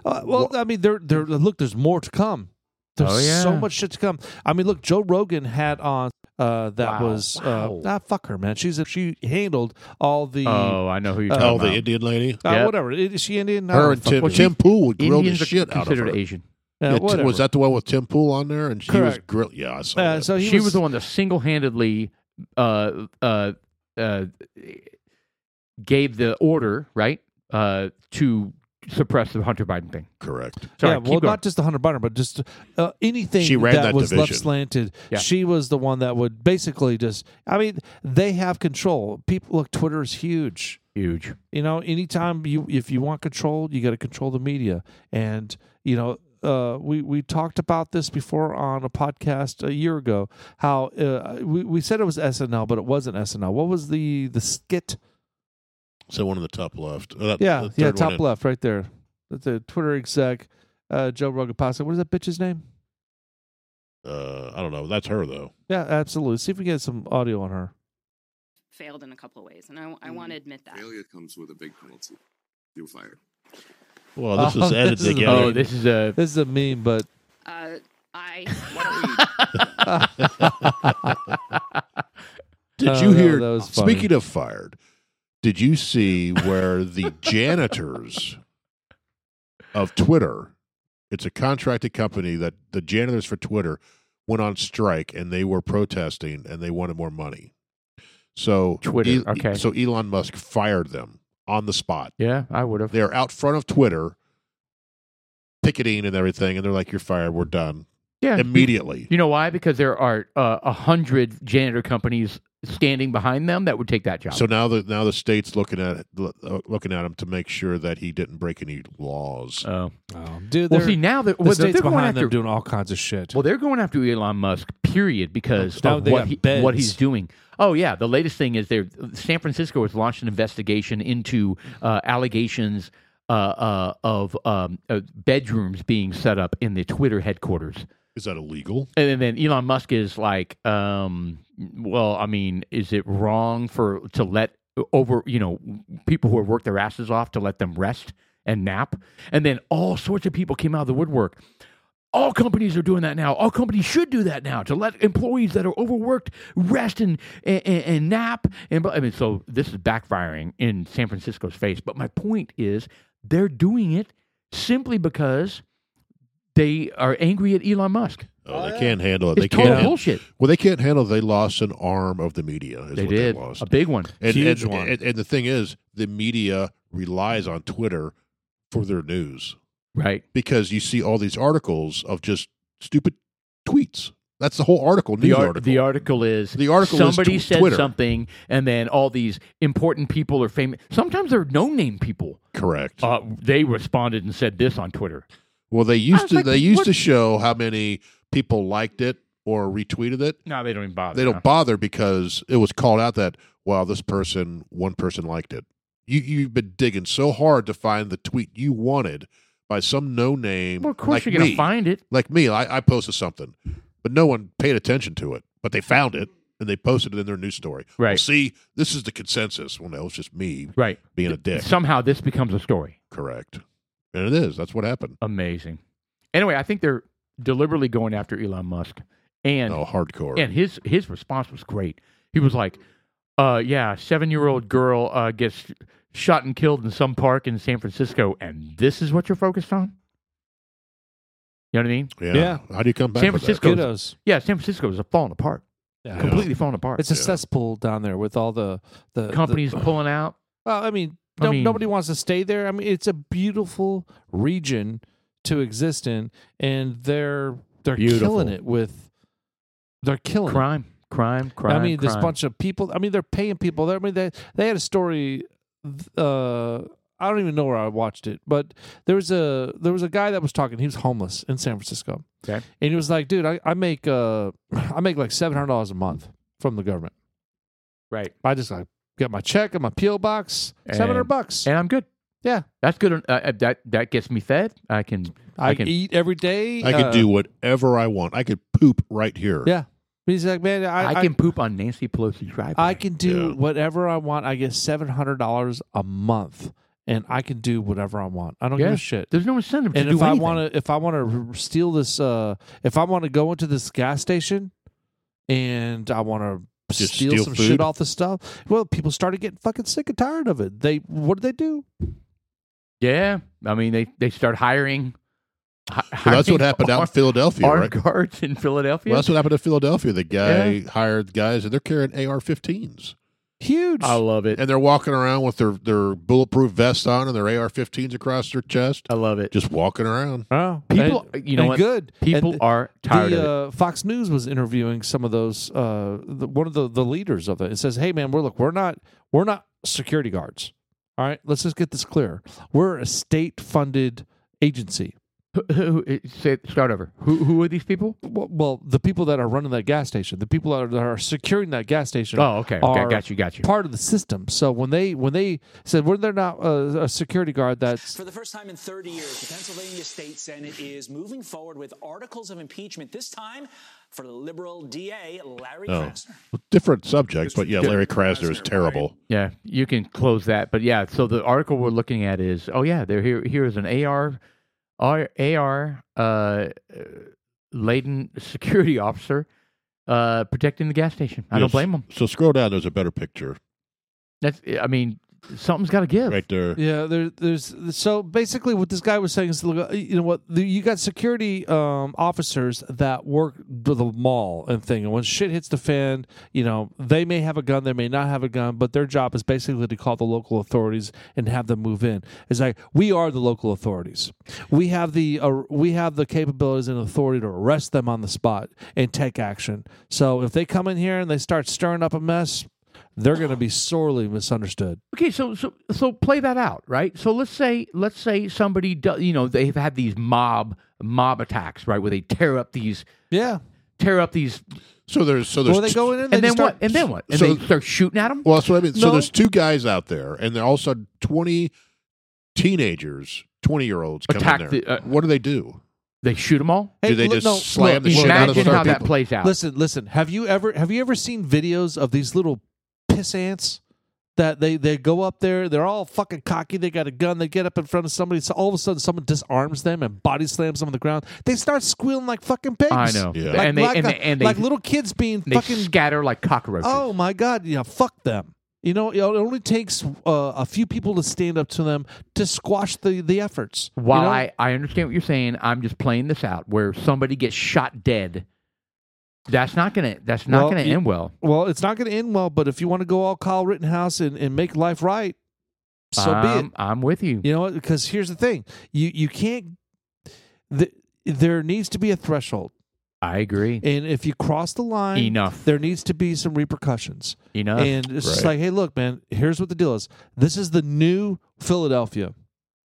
C: uh, well, I mean, there, there. Look, there's more to come. There's
B: Oh, yeah.
C: so much shit to come. I mean, look, Joe Rogan had on. Uh, that
B: Wow.
C: was
B: Wow.
C: uh, ah, fuck her, man. She's she handled all the
B: Oh, I know who you're
C: Uh,
A: oh,
B: talking
A: the
B: about.
A: Indian lady,
C: Uh,
B: Yep.
C: Whatever. Is she Indian? I
A: her
C: don't
A: and
C: fuck-
A: Tim,
B: well,
A: Tim Pool would grill the
B: Indians are
A: shit out of
B: considered
A: her.
B: Asian.
C: Yeah,
A: Yeah, t-
C: whatever.
A: was that the one with Tim Pool on there? And she was
C: Correct.
A: grill. Yeah, I saw
C: Uh,
A: that.
C: so he
B: she was, the one that single handedly uh, uh, uh, gave the order, right, uh, to suppress the Hunter Biden thing.
A: Correct.
B: Sorry,
C: yeah,
B: keep
C: well,
B: going.
C: not just the Hunter Biden, but just uh, anything
A: She ran that
C: was left
A: division.
C: slanted.
B: Yeah.
C: She was the one that would basically just. I mean, they have control. People look, Twitter is huge.
B: huge.
C: You know, anytime you if you want control, you got to control the media. And you know, uh, we we talked about this before on a podcast a year ago. How uh, we we said it was SNL, but it wasn't SNL. What was the the skit?
A: So one in the top left. Uh, that-
C: Yeah,
A: the third
C: yeah,
A: one
C: top
A: in.
C: left, right there. That's a Twitter exec, uh, Joe Rogan Pasta. What is that bitch's name?
A: Uh, I don't know. That's her though.
C: Yeah, absolutely. See if we can get some audio on her.
E: failed in a couple of ways, and I, I want to admit that.
F: Failure comes with a big penalty. You're fired.
A: Well, this
C: Oh,
A: is edited
C: this is-
A: together.
B: Oh, this is a
C: This is a meme, but
E: Uh, I
A: Did
C: Oh,
A: you
C: that-
A: hear?
C: that was funny.
A: speaking of fired, did you see where the janitors of Twitter? It's a contracted company that the janitors for Twitter went on strike and they were protesting and they wanted more money. So E-,
B: Twitter, okay.
A: So Elon Musk fired them on the spot.
B: yeah. I would have.
A: They are out front of Twitter, picketing and everything, and they're like, "You're fired. We're done
B: Yeah,
A: immediately."
B: You know why? Because there are uh, a hundred janitor companies standing behind them that would take that job.
A: So now the now the state's looking at it- lo- uh, looking at him to make sure that he didn't break any laws.
B: Oh.
C: dude,
B: well,
C: they're-
B: see now that
C: the
B: well, they're
C: state's
B: going
C: behind
B: after
C: them doing all kinds of shit.
B: Well, they're going after Elon Musk, period, because
C: Now
B: of
C: they
B: what,
C: got
B: he,
C: beds.
B: what he's doing. Oh yeah, the latest thing is there. San Francisco has launched an investigation into uh, allegations uh, uh, of um, uh, bedrooms being set up in the Twitter headquarters,
A: Is that illegal?
B: and then then Elon Musk is like, um, "Well, I mean, is it wrong for to let over you know people who have worked their asses off to let them rest and nap?" And then all sorts of people came out of the woodwork. All companies are doing that now. All companies should do that now to let employees that are overworked rest and and, and nap. And I mean, so this is backfiring in San Francisco's face. But my point is, they're doing it simply because they are angry at Elon Musk.
A: Oh, they can't handle it. They
B: uh, It's total
A: can't.
B: bullshit.
A: Well, they can't handle. They lost an arm of the media. Is
B: They
A: what
B: did
A: They lost.
B: a big one.
A: and,
C: huge
A: and,
C: one.
A: And, and the thing is, the media relies on Twitter for their news
B: Right.
A: because you see all these articles of just stupid tweets. That's the whole article. News
B: The, ar-
A: article.
B: the article is
A: The article is
B: somebody
A: tw-
B: said
A: Twitter.
B: something, and then all these important people or famous. Sometimes they're no name people.
A: Correct.
B: Uh, they responded and said this on Twitter.
A: well, they
B: I
A: used
B: was
A: to.
B: like,
A: they used
B: what-
A: to show how many people liked it or retweeted it.
B: No, they don't even bother.
A: They
B: huh?
A: don't bother because it was called out that wow, this person, one person liked it. You you've been digging so hard to find the tweet you wanted by some no name.
B: Well, of course
A: like
B: you're gonna
A: me.
B: find it.
A: like me, I, I posted something, but no one paid attention to it. But they found it and they posted it in their news story. Well,
B: Right.
A: see, this is the consensus. Well, no, it's just me
B: Right.
A: being a dick.
B: Somehow this becomes a story.
A: Correct. And it is. That's what happened.
B: Amazing. Anyway, I think they're deliberately going after Elon Musk, and
A: oh, hardcore.
B: and his his response was great. He was like, uh, "Yeah, seven year old girl uh, gets shot and killed in some park in San Francisco, and this is what you're focused on." You know what I mean?
A: yeah.
C: Yeah.
A: How do you come back?
B: San
A: with that?
B: Francisco- Goes-
C: Kiddos.
B: Yeah, San Francisco is falling apart,
C: Yeah.
B: completely falling apart.
C: It's a
A: Yeah.
C: cesspool down there with all the the the- uh,
B: Companies pulling out.
C: Well, I mean,
B: I
C: no,
B: mean-
C: nobody wants to stay there. I mean, it's a beautiful region to exist in, and they're they're
B: Beautiful.
C: killing it with they're killing. it.
B: Crime, crime, crime.
C: I mean, this
B: crime.
C: bunch of people. I mean, they're paying people. I mean, they they had a story. Uh, I don't even know where I watched it, but there was a there was a guy that was talking. He was homeless in San Francisco.
B: Okay.
C: and he was like, "Dude, I, I make uh I make like seven hundred dollars a month from the government.
B: right,
C: I just like get my check and my PO box, seven hundred
B: And-
C: bucks.
B: and I'm good.
C: yeah,
B: That's good. Uh, Uh, that that gets me fed. I can.
C: I,
B: I can-
C: eat every day.
A: I could
C: uh,
A: do whatever I want. I could poop right here.
C: Yeah, uh, he's like, man, I,
B: I, can poop on Nancy Pelosi's driveway.
C: I can do
A: Yeah.
C: whatever I want. I get seven hundred dollars a month, and I can do whatever I want. I don't give
B: Yeah.
C: a shit.
B: There's no incentive
C: And
B: to do
C: if I
B: anything.
C: want to, if I want to steal this, uh, if I want to go into this gas station, and I want to
A: Just
C: steal,
A: steal
C: some
A: food?
C: shit off the stuff, well, people started getting fucking sick and tired of it. They what did they do?
B: Yeah, I mean they they start hiring. hi-
A: Well, that's what
B: hiring
A: happened out in
B: armed-
A: Philadelphia,
B: armed
A: right?
B: guards in Philadelphia.
A: Well, that's what happened in Philadelphia. The guy hired guys, and they're carrying AR-15s,
C: Huge.
B: I love it.
A: and they're walking around with their their bulletproof vests on and their AR-15s across their chest,
B: I love it.
A: just walking around.
C: Oh,
B: People, you know
C: and
B: what?
C: Good And
B: People
C: th-
B: are tired
C: the,
B: of it.
C: uh, Fox News was interviewing some of those, uh, the, one of the, the leaders of it. It says, "Hey, man, we're look, we're not we're not security guards. All right, let's just get this clear. We're a state funded agency.
B: Who- who- who- say- start over. Who who are these people?
C: Well, well, the people that are running that gas station, the people that are, that are securing that gas station,
B: Oh, okay, okay,
C: Are
B: got you, got you.
C: part of the system. So when they when they said we're they're not uh, a, a security guard, that's
G: For the first time in 30 years, the Pennsylvania State Senate is moving forward with articles of impeachment, this time for the liberal DA Larry
A: Oh.
G: Krasner.
A: Different subject, but yeah, Larry Krasner is
F: Krasner,
A: terrible.
B: Yeah, you can close that. But yeah, so the article we're looking at is, oh yeah, there here here is an AR, R- AR uh, uh, laden security officer uh, protecting the gas station. I don't
A: Yes.
B: blame them.
A: So scroll down. There's a better picture
B: That's I mean, something's got to give.
A: right there.
C: Yeah, there, there's so basically what this guy was saying is, look, uh, you know what, the, you got security um, officers that work the, the mall and thing, and when shit hits the fan, you know they may have a gun, they may not have a gun, but their job is basically to call the local authorities and have them move in. It's like we are the local authorities. We have the uh, we have the capabilities and authority to arrest them on the spot and take action. So if they come in here and they start stirring up a mess, they're going to be sorely misunderstood.
B: Okay, so so so play that out, right? So let's say let's say somebody do, you know they've had these mob mob attacks, right, where they tear up these
C: Yeah.
B: tear up these,
A: So there's so there's
C: Well, they
A: two-
C: go in and,
B: and
C: they
B: then
C: just start-
B: what? And then what? And
A: so-
B: they start shooting at them.
A: Well, that's what I mean. So
B: No.
A: there's two guys out there, and they're all of a sudden twenty teenagers, twenty year olds come
B: Attack
A: in there.
B: the, uh,
A: what do they do?
B: They shoot them all.
A: Do they
C: look-
A: just slam
C: look,
A: the shit out of
B: Imagine
A: other
B: how that
A: people.
B: plays out.
C: Listen, listen. Have you ever have you ever seen videos of these little piss ants that they they go up there? They're all fucking cocky. They got a gun. They get up in front of somebody. So all of a sudden, someone disarms them and body slams them on the ground. They start squealing like fucking pigs.
B: I know.
A: Yeah.
C: Like,
B: And they-
C: like,
B: and
C: a-
B: they- and they-
C: like little kids being
B: They
C: fucking.
B: scatter like cockroaches.
C: Oh my god! Yeah, fuck them. You know, it only takes uh, a few people to stand up to them to squash the the efforts. you
B: While
C: know?
B: I, I understand what you're saying, I'm just playing this out where somebody gets shot dead. That's not gonna. That's not
C: Well,
B: gonna
C: you-
B: end well.
C: Well, it's not going to end well, but if you want to go all Kyle Rittenhouse and, and make life right, so
B: I'm,
C: be
B: I'm with you.
C: it. You know, because here's the thing: you you can't. The, there needs to be a threshold,
B: I agree.
C: and if you cross the line,
B: Enough.
C: there needs to be some repercussions.
B: Enough.
C: and it's just
A: Right.
C: like, hey, look, man, here's what the deal is. This is the new Philadelphia.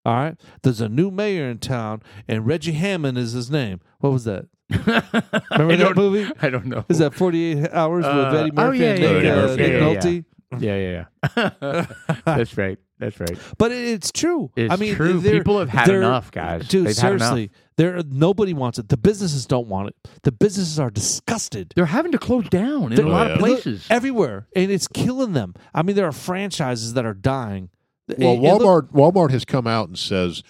C: All right. There's a new mayor in town, and Reggie Hammond is his name. What was that? Remember
B: I
C: that
B: don't-
C: movie?
B: I don't know.
C: Is that 48 Hours
B: Uh,
C: with Eddie
B: oh,
C: Murphy
B: yeah,
C: and
B: yeah,
C: Nick,
A: yeah,
C: uh,
A: yeah,
C: Nick
A: yeah,
B: yeah.
C: Nolte?
B: yeah, yeah, yeah. That's right. That's right.
C: But it- it's true.
B: It's
C: I mean,
B: true.
C: they're-
B: People have had
C: they're-
B: enough, guys.
C: Dude,
B: They've had enough.
C: seriously, there nobody wants it. The businesses don't want it. The businesses are disgusted.
B: They're having to close down in
C: They're-
B: a lot
A: Oh,
B: of
A: yeah.
B: places.
C: everywhere, and it's killing them. I mean, there are franchises that are dying.
A: Well,
C: And- and
A: Walmart
C: look-
A: Walmart has come out and says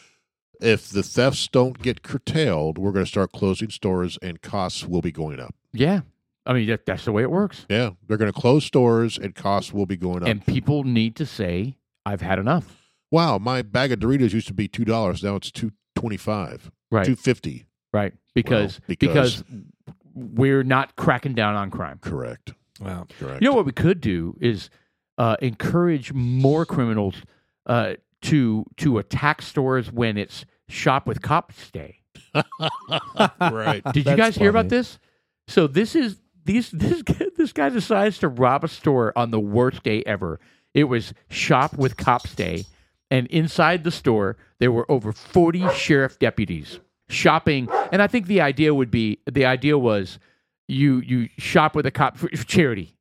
A: if the thefts don't get curtailed, we're going to start closing stores and costs will be going up.
B: yeah. I mean, that, that's the way it works.
A: Yeah, they're going to close stores and costs will be going up.
B: And people need to say, I've had enough.
A: wow, my bag of Doritos used to be two dollars, now it's two twenty five,
B: Right.
A: two fifty.
B: right. Because,
A: because-
B: because we're not cracking down on crime.
A: Correct.
C: Wow.
A: Correct.
B: You know what we could do is uh, encourage more criminals uh, to to attack stores when it's shop with cops day.
A: right.
B: Did you
C: That's
B: guys hear about
C: funny.
B: this? So this is these this guy- this guy decides to rob a store on the worst day ever. It was shop with cops day, and inside the store there were over forty sheriff deputies shopping. And I think the idea would be the idea was you you shop with a cop for for charity,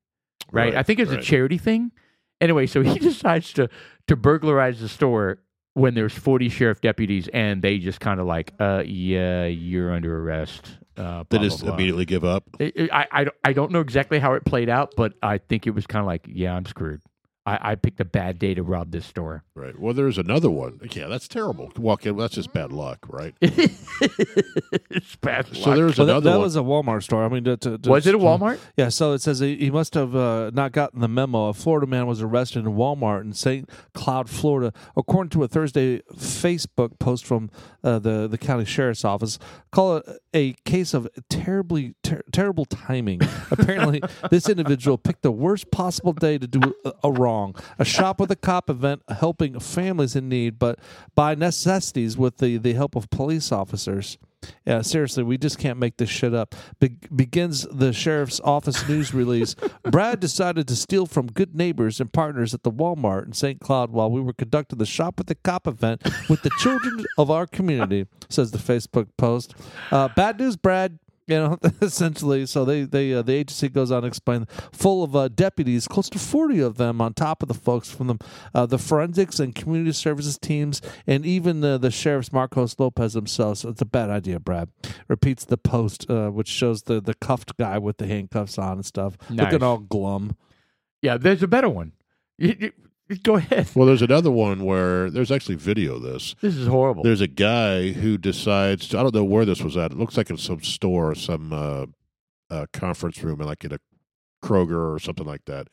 B: right?
A: Right,
B: I think it's
A: right.
B: a charity thing. Anyway, so he decides to to burglarize the store when there's 40 sheriff deputies and they just kind of like, uh, yeah, you're under arrest. Uh,
A: They
B: blah,
A: just
B: blah, blah.
A: immediately give up.
B: It- it- I, I, don't- I don't know exactly how it played out, but I think it was kind of like, yeah, I'm screwed. I, I picked a bad day to rob this store.
A: Right. Well, there's another one. Yeah, that's terrible. Walk in. That's just bad luck, right?
B: it's bad
A: So
B: luck.
A: there's
C: Well, that,
A: another
C: that
A: one.
C: was a Walmart store. I mean, to, to, to-
B: was it a Walmart?
C: Yeah, so it says he he must have uh, not gotten the memo. A Florida man was arrested in Walmart in St. Cloud, Florida, according to a Thursday Facebook post from uh, the the county sheriff's office. Call it a case of terribly ter- terrible timing. Apparently, this individual picked the worst possible day to do a, a wrong. A shop with a cop event helping families in need, but by necessities with the the help of police officers. Yeah, seriously, we just can't make this shit up. Be- begins the sheriff's office news release. Brad decided to steal from good neighbors and partners at the Walmart in St. Cloud while we were conducting the Shop with the Cop event with the children of our community, says the Facebook post. Uh, bad news, Brad. You know, essentially, so they they uh, the agency goes on to explain, full of uh, deputies, close to forty of them, on top of the folks from the uh, the forensics and community services teams, and even the the sheriff's Marcos Lopez himself. So it's a bad idea, Brad. Repeats the post, uh, which shows the the cuffed guy with the handcuffs on and stuff,
B: Nice.
C: looking all glum.
B: Yeah, there's a better one. You- you- you- go ahead.
A: well, there's another one where there's actually video of this.
B: This is horrible.
A: There's a guy who decides. To, I don't know where this was at. It looks like in some store, some uh, uh, conference room, like in a Kroger or something like that.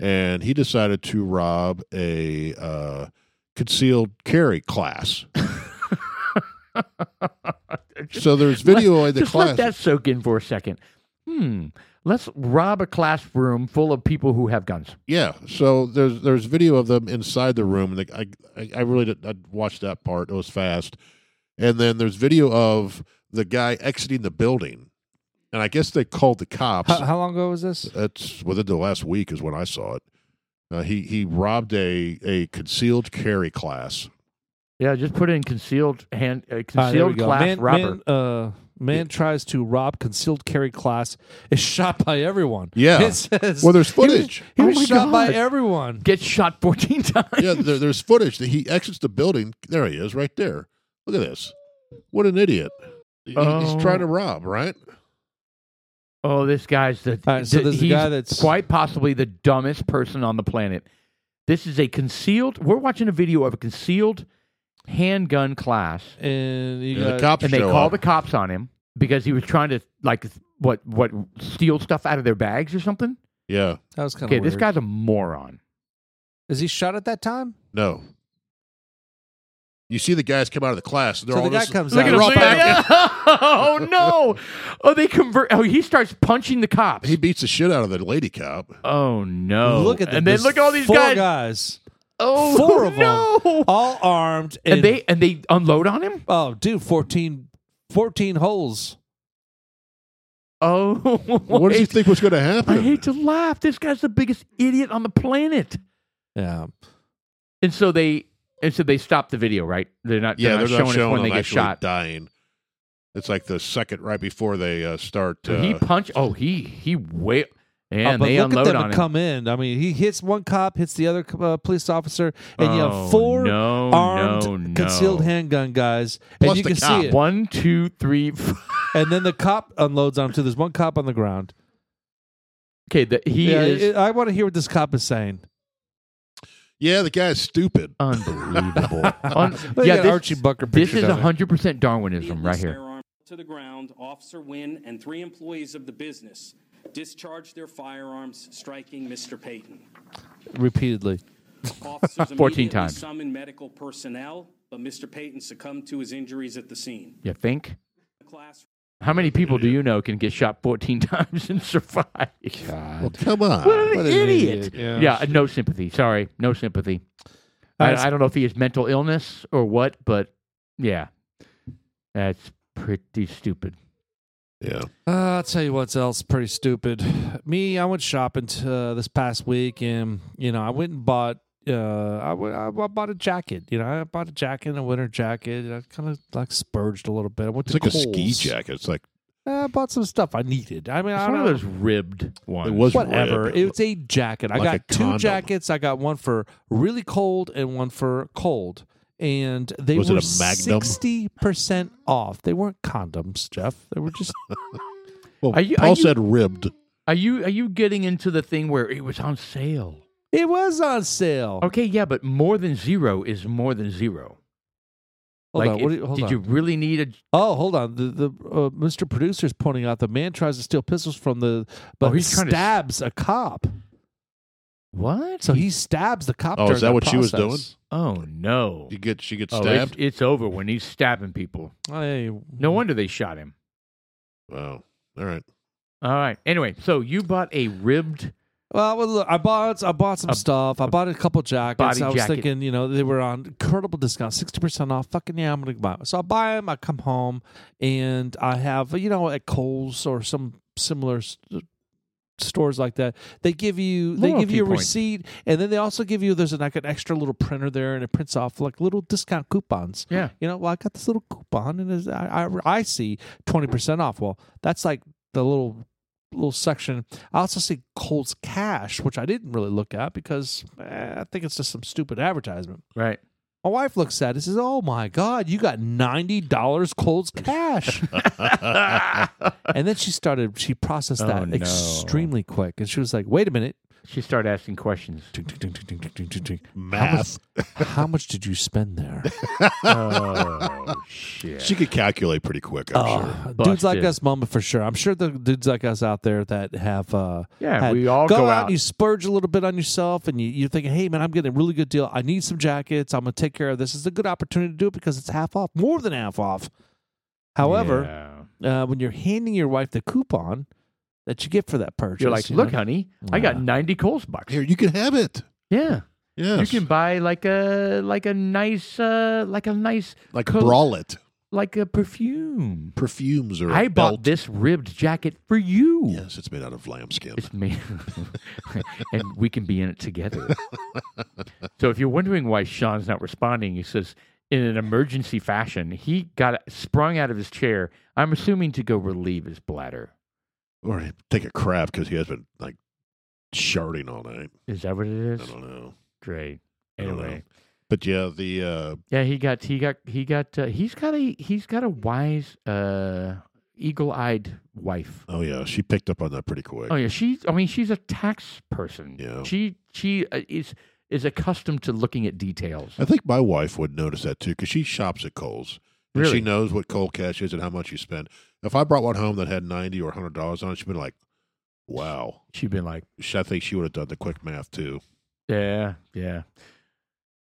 A: And he decided to rob a uh, concealed carry class. So there's video in the
B: Just
A: class.
B: let that soak in for a second. Hmm. Let's rob a classroom full of people who have guns.
A: Yeah, so there's there's video of them inside the room, and I I, I really did, I watched that part. It was fast, and then there's video of the guy exiting the building, and I guess they called the cops.
C: How, how long ago was this?
A: That's within the last week is when I saw it. Uh, he he robbed a a concealed carry class.
B: Yeah, just put in concealed hand, uh,
C: All right, there we
B: concealed
C: go.
B: class
C: man,
B: robber.
C: Man, uh, man tries to rob concealed carry class is shot by everyone.
A: Yeah.
C: It says-
A: Well, there's
C: he was-
A: footage.
C: He
B: Oh
C: was,
B: my
C: shot by
B: God.
C: everyone.
B: Get shot fourteen times.
A: Yeah, there, there's footage that he exits the building. There he is, right there. Look at this. What an idiot! He-
B: Oh.
A: He's trying to rob, right?
B: Oh, this guy's the.
C: All right, so
B: the-
C: there's a guy
B: he's
C: that's-
B: quite possibly the dumbest person on the planet. This is a concealed. We're watching a video of a concealed handgun class,
C: And you
A: And the
C: got-
A: cops
B: and they
A: show
B: call
A: up.
B: the cops on him because he was trying to like what what steal stuff out of their bags or something.
A: yeah,
C: that was kind of
B: Okay, this guy's a moron.
C: is he shot at that time?
A: No. You see the guys come out of the class. and They're
C: So
A: all
C: the guy
A: this-
C: comes
B: Look
C: out.
B: at
A: they're
B: him.
A: all
B: look
A: back-
B: at him. Oh no! Oh, they convert. Oh, he starts punching the cops.
A: He beats the shit out of the lady cop.
B: oh no!
C: Look at them.
B: and then
C: There's
B: look at all these
C: four
B: guys.
C: guys.
B: Oh
C: Four of
B: no!
C: them, all armed,
B: And they and they unload on him.
C: oh, dude, 14, 14 holes.
B: Oh,
A: What did you think was going to
B: I
A: happen?
B: hate to laugh. This guy's the biggest idiot on the planet.
C: Yeah.
B: And so they and so they stop the video, right? They're not.
A: yeah,
B: they're not, showing, us when
A: them
B: they get
A: actually
B: shot.
A: dying. It's like the second right before they uh, start.
B: So he
A: uh,
B: punch. Oh, he he way.
C: Uh,
B: And
C: but
B: they
C: look at
B: unload
C: them
B: on him.
C: come in. I mean, he hits one cop, hits the other uh, police officer, and you
B: Oh,
C: have four
B: no,
C: armed
B: no, no.
C: concealed handgun guys,
A: Plus
C: and you
A: the
C: can
A: cop.
C: see it.
B: One, two, three. Four.
C: And then the cop unloads on him too. There's one cop on the ground.
B: Okay, the, he
C: yeah,
B: is
C: I want to hear what this cop is saying.
A: yeah, the guy's stupid.
B: Oh, unbelievable. Un-
C: Look
B: yeah,
C: at
B: this,
C: Archie Bunker
B: this
C: picture
B: is
C: down there.
B: hundred percent Darwinism right here.
H: Firearm to the ground, Officer Wynn and three employees of the business discharged their firearms, striking Mr. Payton.
C: repeatedly.
H: Officers
B: 14
H: immediately
B: times.
H: summoned medical personnel, but Mr. Payton succumbed to his injuries at the scene.
B: You think?
H: The class
B: How many people do you know can get shot fourteen times and survive?
A: Well, come on.
B: What an,
C: What an
B: idiot.
C: idiot.
B: Yeah. no sympathy. Sorry, no sympathy. I,
C: That's-
B: I don't know if he has mental illness or what, but yeah, that's pretty stupid.
A: yeah.
C: Uh, I'll tell you what's else pretty stupid. Me, I went shopping t- uh, this past week, and you know, I went and bought. Uh, I, went, I I bought a jacket. You know, I bought a jacket, and a winter jacket. And I kind of like spurged a little bit. I went
A: It's
C: to
A: like a ski
C: Kohl's.
A: jacket. It's like
C: Uh, I bought some stuff I needed. I mean,
B: It's
C: I
B: one
C: don't
B: of
C: know.
B: those ribbed ones.
A: it was
C: Whatever.
A: ribbed.
C: It was a jacket. I
A: Like
C: got
A: a
C: two
A: condom.
C: jackets. I got one for really cold and one for cold. And they
A: Was it
C: were
A: a Magnum?
C: sixty percent off. They weren't condoms, Jeff. They were just
A: well,
B: Are you-
A: Paul
B: are you-
A: said ribbed.
B: Are you are you getting into the thing where it was on sale?
C: It was on sale.
B: Okay, yeah, but more than zero is more than zero.
C: Hold
B: like,
C: on. What
B: it-
C: do you, hold
B: did
C: on.
B: you really need a?
C: Oh, hold on. The the uh, Mr. Producer's pointing out the man tries to steal pistols from the, but
B: Oh, he's trying to s-
C: stabs a cop.
B: What?
C: So he stabs the cop.
A: Oh, is
C: during
A: that
C: the
A: what she was doing?
C: process.
B: Oh no!
A: You get she gets
B: Oh, it's,
A: stabbed.
B: it's over when he's stabbing people.
C: Hey,
B: No wonder they shot him.
A: Wow. All right.
B: All right. Anyway, so you bought a ribbed.
C: Well, well, look, I bought I bought some
B: A-
C: stuff. I bought a couple jackets.
B: body
C: I was
B: jacket.
C: thinking, you know, they were on incredible discount, sixty percent off. Fucking yeah, I'm gonna buy. 'em. So I buy them. I come home and I have you know at Kohl's or some similar s- stores like that. They give you they give
B: Loyalty
C: you a
B: points.
C: receipt, and then they also give you there's an, like an extra little printer there, and it prints off like little discount coupons.
B: Yeah.
C: You know, well, I got this little coupon, and it's- I, I I see twenty percent off. Well, that's like the little little section. I also see Cole's cash, which I didn't really look at because eh, I think it's just some stupid advertisement.
B: Right.
C: My wife looks at it and says, "Oh my God, you got ninety dollars Cole's cash," and then she started. She processed
B: Oh,
C: that
B: no.
C: extremely quick, and she was like, "Wait a minute,
B: She started asking questions.
C: Ding, ding, ding, ding, ding, ding, ding, ding.
A: Math.
C: how much did you spend there?"
B: oh shit!
A: She could calculate pretty quick. I'm
B: Oh.
A: sure.
C: Uh, dudes like
B: Busted.
C: us moment for sure. I'm sure the dudes like us out there that have uh
B: Yeah,
C: had-
B: we all go out.
C: and you spurge a little bit on yourself and you, you're thinking, hey man, I'm getting a really good deal. I need some jackets. I'm gonna take care of this. It's a good opportunity to do it because it's half off, more than half off. However,
B: Yeah.
C: uh, when you're handing your wife the coupon that you get for that purchase,
B: you're like,
C: you
B: look,
C: know,
B: honey, I got
C: Yeah.
B: ninety Kohl's bucks.
A: Here, you can have it.
B: Yeah.
A: Yes.
B: You can buy like a like a nice uh like a nice
A: like
B: co-
A: bralette
B: like a perfume.
A: perfumes or
B: I
A: a
B: bought
A: belt.
B: this ribbed jacket for you.
A: Yes, it's made out of lambskin.
B: It's me, and we can be in it together. so if you're wondering why Sean's not responding, he says in an emergency fashion, he got sprung out of his chair. I'm assuming to go relieve his bladder.
A: Or he'd take a crap because he has been like sharding all night.
B: Is that what it
A: I
B: is?
A: don't know.
B: Great.
A: I don't know.
B: Anyway,
A: But yeah, the uh,
B: yeah, he got he got he got uh, he's got a he's got a wise uh eagle-eyed wife.
A: oh yeah, she picked up on that pretty quick.
B: Oh yeah, she. I mean, she's a tax person.
A: Yeah.
B: She she uh, is is accustomed to looking at details.
A: I think my wife would notice that too because she shops at Kohl's. And
B: Really?
A: She knows what Kohl cash is and how much you spend. If I brought one home that had ninety or hundred dollars on it, she'd be like, "Wow."
B: She'd been like,
A: She- I think she would have done the quick math too.
B: yeah, yeah,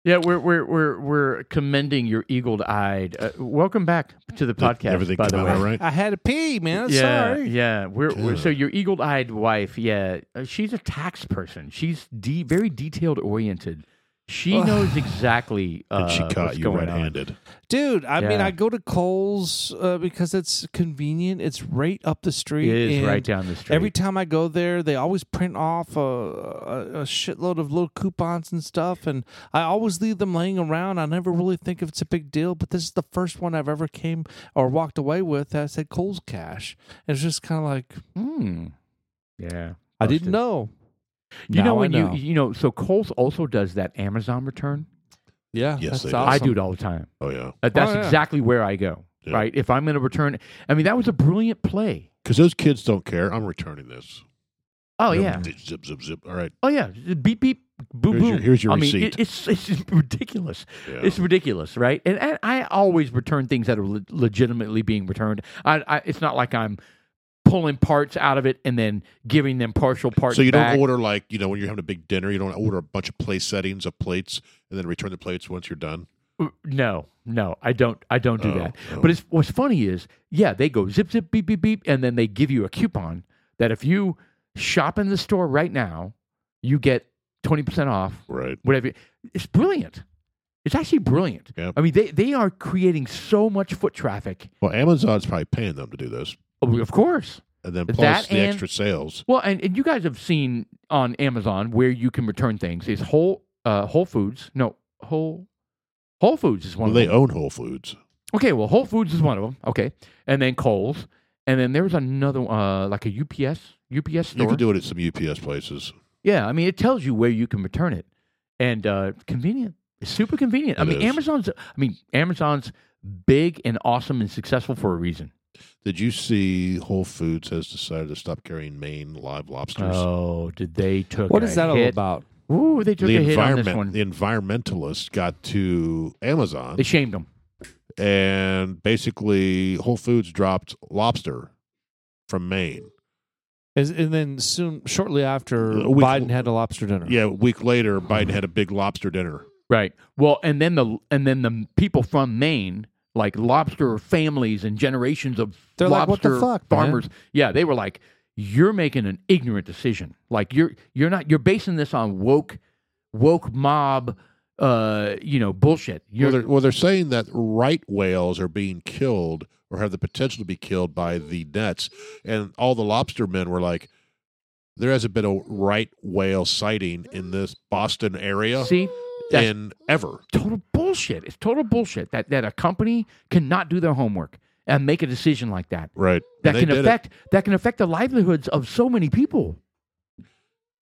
B: yeah. We're we're we're we're commending your eagle-eyed. Uh, welcome back to the
A: Did
B: podcast.
A: everything
B: by
A: come
B: the
A: out
B: way.
A: all right?
C: I had a pee, man.
B: yeah,
C: Sorry.
B: yeah. We're, we're so
A: Good.
B: your eagle-eyed wife. Yeah, uh, she's a tax person. She's de- very detailed oriented. She knows exactly uh,
A: and she
B: what's
A: caught you
B: going on.
A: red-handed.
C: Dude, I mean,
B: Yeah.
C: I go to Kohl's uh, because it's convenient. It's right up the street.
B: It is
C: and
B: right down the street.
C: Every time I go there, they always print off a, a, a shitload of little coupons and stuff, and I always leave them laying around. I never really think if it's a big deal, but this is the first one I've ever came or walked away with that said Kohl's Cash. And it's just kind of like
B: Hmm. Yeah.
C: I
B: Busted.
C: didn't know.
B: You
C: Now
B: know
C: I
B: when
C: know.
B: you you know so Kohl's also does that Amazon return.
C: Yeah,
A: Yes, they
C: that's
A: do.
C: awesome.
B: I do it all the time.
A: Oh yeah,
B: Uh, that's
C: yeah.
B: exactly where I go.
A: Yeah.
B: Right. If I'm going to return, I mean that was a brilliant play.
A: because those kids don't care. I'm returning this.
B: Oh
A: Zip,
B: yeah.
A: zip, Zip zip zip. All right.
B: Oh yeah. Beep beep. Boom
A: Here's
B: boom.
A: your- here's your
B: I mean,
A: receipt.
B: it, it's it's just ridiculous.
A: Yeah.
B: It's ridiculous, right? And, and I always return things that are le- legitimately being returned. I, I it's not like I'm pulling parts out of it and then giving them partial parts.
A: So you
B: back.
A: don't order like you know when you're having a big dinner, you don't order a bunch of place settings of plates and then return the plates once you're done.
B: No, no, I don't. I don't do
A: Oh,
B: that.
A: oh.
B: But it's, what's funny is, yeah, they go zip zip beep beep beep, and then they give you a coupon that if you shop in the store right now, you get twenty percent off.
A: Right.
B: Whatever. It's brilliant. It's actually brilliant.
A: Yep.
B: I mean, they they are creating so much foot traffic.
A: Well, Amazon's probably paying them to do this,
B: Oh, Of course.
A: and then
B: That
A: plus the
B: and-
A: extra sales.
B: Well, and, and you guys have seen on Amazon where you can return things is Whole uh, Whole Foods. No, Whole Whole Foods is one.
A: Well,
B: of
A: they
B: them.
A: own Whole Foods.
B: Okay, well, Whole Foods is one of them. Okay, and then Kohl's, and then there was another, uh, like a UPS, UPS
A: You
B: store.
A: can do it at some UPS places.
B: yeah, I mean, it tells you where you can return it, and uh, convenient. It's super convenient. I
A: It
B: mean,
A: is.
B: Amazon's. I mean, Amazon's big and awesome and successful for a reason.
A: Did you see Whole Foods has decided to stop carrying Maine live lobsters?
B: Oh, did they took
C: What is
B: a
C: that all
B: hit.
C: about?
B: Ooh, they took
A: the
B: a hit on this
A: environment,
B: one.
A: the environmentalists got to Amazon
B: They shamed them.
A: and basically Whole Foods dropped lobster from Maine.
C: Is, and then soon, shortly after,
A: A week-
C: Biden had a lobster dinner.
A: Yeah, a week later, Biden had a big lobster dinner.
B: Right. Well, and then the and then the people from Maine, like lobster families and generations of
C: They're like, "What the
B: lobster
C: fuck, man?"
B: farmers. Yeah, they were like, "You're making an ignorant decision. Like you're you're not you're basing this on woke woke mob, uh, you know, bullshit. You're
A: Well they're, well, they're saying that right whales are being killed or have the potential to be killed by the nets. And all the lobster men were like, there hasn't been a right whale sighting in this Boston area
B: see." That's
A: in ever.
B: total bullshit. It's total bullshit that, that a company cannot do their homework and make a decision like that.
A: Right.
B: That can affect that can affect the livelihoods of so many people.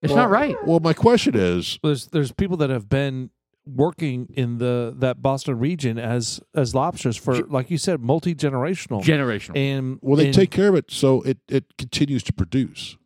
B: It's not right.
A: Well, my question is
C: there's there's people that have been working in the that Boston region as as lobsters for like you said multi generational
B: Generational.
C: and
A: well, they
C: and-
A: take care of it so it, it continues to produce.